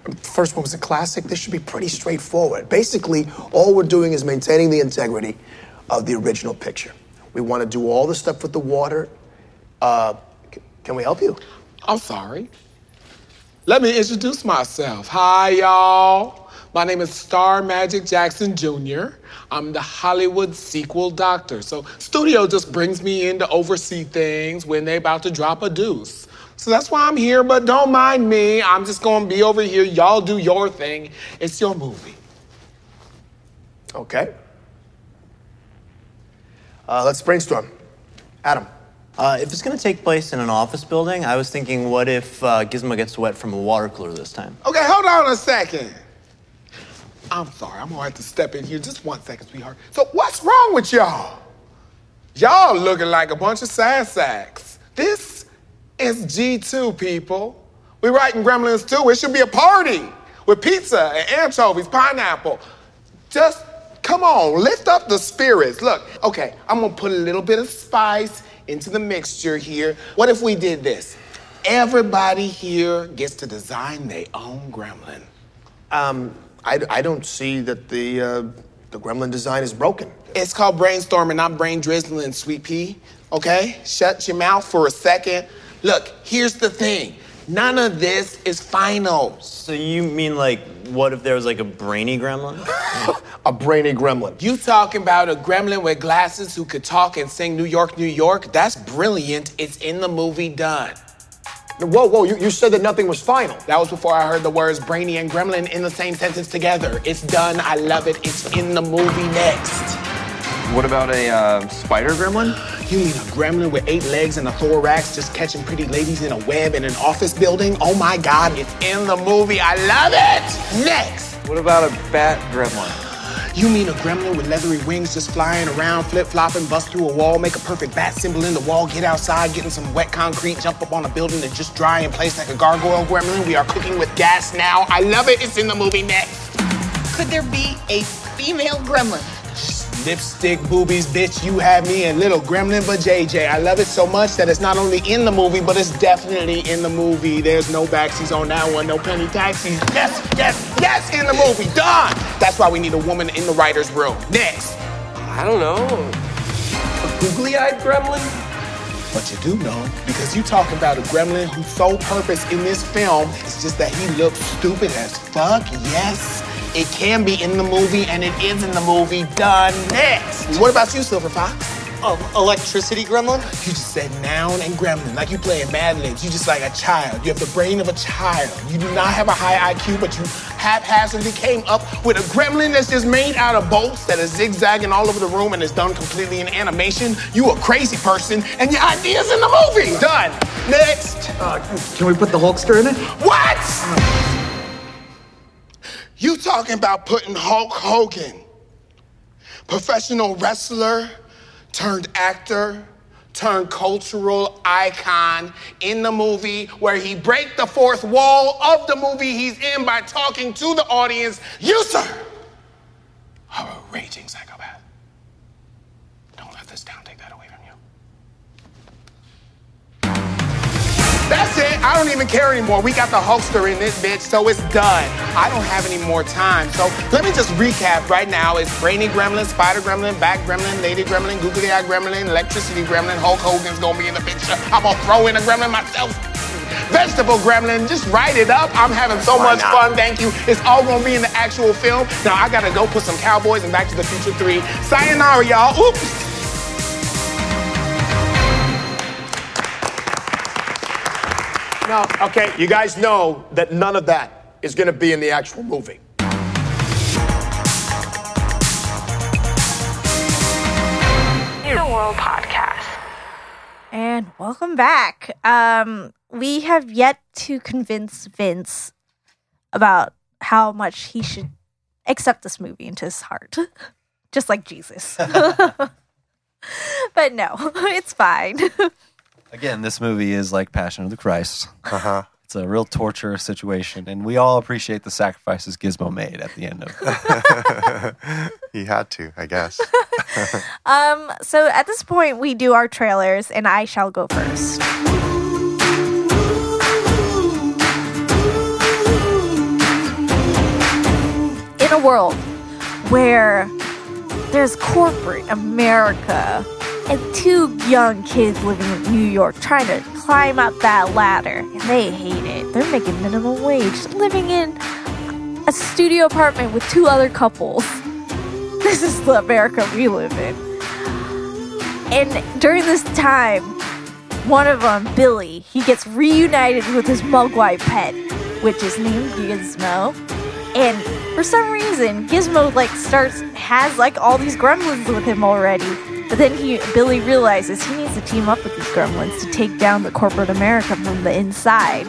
E: The first one was a classic. This should be pretty straightforward. Basically, all we're doing is maintaining the integrity of the original picture. We want to do all the stuff with the water. Uh, c- can we help you?
F: I'm sorry. Let me introduce myself. Hi, y'all. My name is Star Magic Jackson Jr. I'm the Hollywood sequel doctor. So, studio just brings me in to oversee things when they about to drop a deuce. So that's why I'm here, but don't mind me. I'm just gonna be over here. Y'all do your thing. It's your movie.
E: Okay. Uh, let's brainstorm. Adam.
G: Uh, if it's going to take place in an office building, I was thinking, what if uh, Gizmo gets wet from a water cooler this time?
F: Okay, hold on a second. I'm sorry, I'm gonna have to step in here just one second, sweetheart. So what's wrong with y'all? Y'all looking like a bunch of sad sacks. This is G2, people. We writing Gremlins 2. It should be a party with pizza and anchovies, pineapple. Just come on, lift up the spirits. Look, okay, I'm gonna put a little bit of spice into the mixture here. What if we did this? Everybody here gets to design their own gremlin.
E: Um, I, I don't see that the, uh, the gremlin design is broken.
F: It's called brainstorming, not brain drizzling, sweet pea. Okay? Shut your mouth for a second. Look, here's the thing none of this is final.
G: So you mean like, what if there was like a brainy gremlin?
E: A brainy gremlin.
F: You talking about a gremlin with glasses who could talk and sing New York, New York? That's brilliant. It's in the movie done.
E: Whoa, whoa, you, you said that nothing was final.
F: That was before I heard the words brainy and gremlin in the same sentence together. It's done. I love it. It's in the movie next.
H: What about a uh, spider gremlin?
F: You mean a gremlin with eight legs and a thorax just catching pretty ladies in a web in an office building? Oh my god, it's in the movie. I love it! Next!
H: What about a bat gremlin?
F: You mean a gremlin with leathery wings just flying around, flip flopping, bust through a wall, make a perfect bat symbol in the wall, get outside, get in some wet concrete, jump up on a building and just dry in place like a gargoyle gremlin? We are cooking with gas now. I love it. It's in the movie next.
I: Could there be a female gremlin?
F: Lipstick boobies, bitch, you have me and little gremlin but JJ. I love it so much that it's not only in the movie, but it's definitely in the movie. There's no backseas on that one, no penny taxis. Yes, yes, yes, in the movie. Done! That's why we need a woman in the writer's room. Next.
H: I don't know. A googly eyed gremlin?
F: But you do know because you talking about a gremlin whose sole purpose in this film is just that he looks stupid as fuck. Yes, it can be in the movie and it is in the movie. Done next. What about you, Silver Fox?
J: Oh, electricity gremlin?
F: You just said noun and gremlin, like you playing Mad Libs. You just like a child. You have the brain of a child. You do not have a high IQ, but you haphazardly came up with a gremlin that's just made out of bolts that is zigzagging all over the room and is done completely in animation. You a crazy person, and your idea's in the movie. Done. Next.
J: Uh, Can we put the Hulkster in it?
F: What? You talking about putting Hulk Hogan, professional wrestler turned actor turned cultural icon in the movie where he break the fourth wall of the movie he's in by talking to the audience. You, sir, are a raging psychopath. Don't let this town take that away from you. That's it. I don't even care anymore. We got the Hulkster in this bitch, so it's done. I don't have any more time. So let me just recap right now. It's Brainy Gremlin, Spider Gremlin, Back Gremlin, Lady Gremlin, Googly Eye Gremlin, Electricity Gremlin, Hulk Hogan's gonna be in the picture. I'm gonna throw in a gremlin myself. Vegetable Gremlin, just write it up. I'm having so much fun, thank you. It's all gonna be in the actual film. Now I gotta go put some Cowboys and Back to the Future 3. Sayonara, y'all. Oops.
K: No, okay, you guys know that none of that is going to be in the actual movie.
A: The World Podcast.
B: And welcome back. Um, we have yet to convince Vince about how much he should accept this movie into his heart, just like Jesus. but no, it's fine.
C: Again, this movie is like Passion of the Christ. Uh
B: Uh-huh.
C: huh. It's a real torture situation, and we all appreciate the sacrifices Gizmo made at the end of it.
D: He had to, I guess.
B: Um, so at this point, we do our trailers, and I shall go first. In a world where there's corporate America and two young kids living in New York trying to climb up that ladder, and they hate it. They're making minimum wage, living in a studio apartment with two other couples. This is the America we live in. And during this time, one of them, Billy, he gets reunited with his Mogwai pet, which is named Gizmo. And for some reason, Gizmo like starts has like all these gremlins with him already. But then he Billy realizes he needs to team up with these gremlins to take down the corporate America from the inside.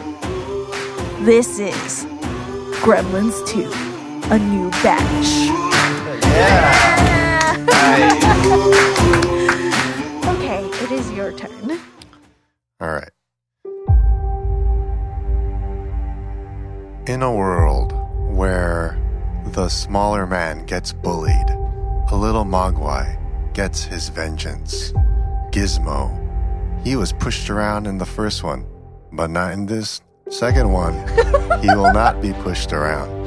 B: This is Gremlins 2, a new batch. Okay, it is your turn.
D: All right. In a world where the smaller man gets bullied, a little Mogwai gets his vengeance. Gizmo. He was pushed around in the first one, but not in this second one. he will not be pushed around.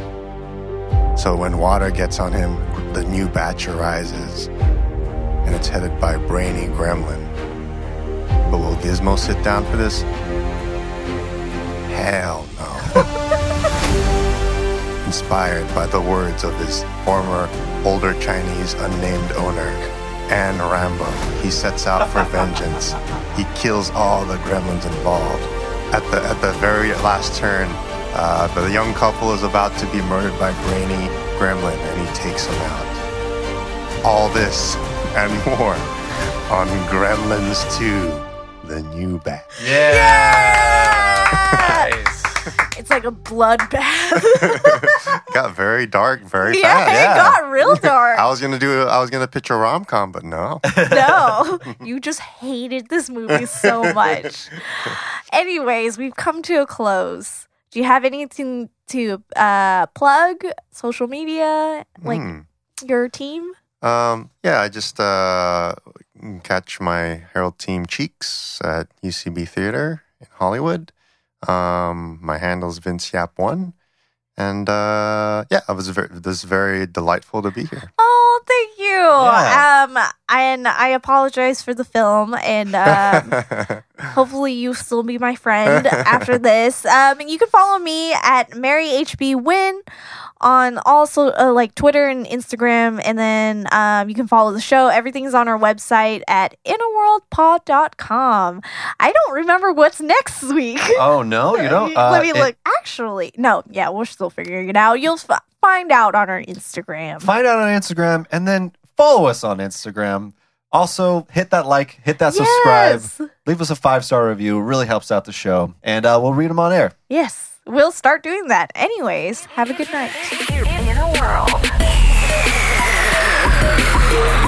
D: So when water gets on him, the new batch arises, and it's headed by Brainy Gremlin. But will Gizmo sit down for this? Hell no. inspired by the words of his former older Chinese unnamed owner, Anne Rambo. He sets out for vengeance. He kills all the gremlins involved. At the at the very last turn, uh, the young couple is about to be murdered by Brainy Gremlin, and he takes them out. All this and more on Gremlins 2, the new bat.
C: Yeah.
B: It's like a bloodbath.
D: Got very dark, very
B: yeah,
D: fast.
B: it got real dark.
D: I was gonna do. I was gonna pitch a rom com, but no.
B: no, you just hated this movie so much. Anyways, we've come to a close. Do you have anything to uh, plug? Social media, like your team?
D: Hmm. Um, yeah, I just uh, catch my Herald team cheeks at UCB Theater in Hollywood. Um, my handle's Vince Yap One, and uh, yeah, I was very, this is very delightful to be here.
B: Oh, Oh, thank you. Um, and I apologize for the film, and um, hopefully you still be my friend after this. Um, and you can follow me at Mary HB Win on also uh, like Twitter and Instagram, and then um, you can follow the show. Everything's on our website at innerworldpod.com. I don't remember what's next week.
C: Oh no, you don't. Uh,
B: Let me
C: it-
B: look. Actually, no. Yeah, we're still figuring it out. You'll f- find out on our Instagram.
C: Find out on Instagram and then follow us on Instagram. Also, hit that like, hit that
B: Yes.
C: subscribe, leave us a five star review. It really helps out the show, and uh, we'll read them on air.
B: Yes, we'll start doing that. Anyways, have a good night.
A: In a world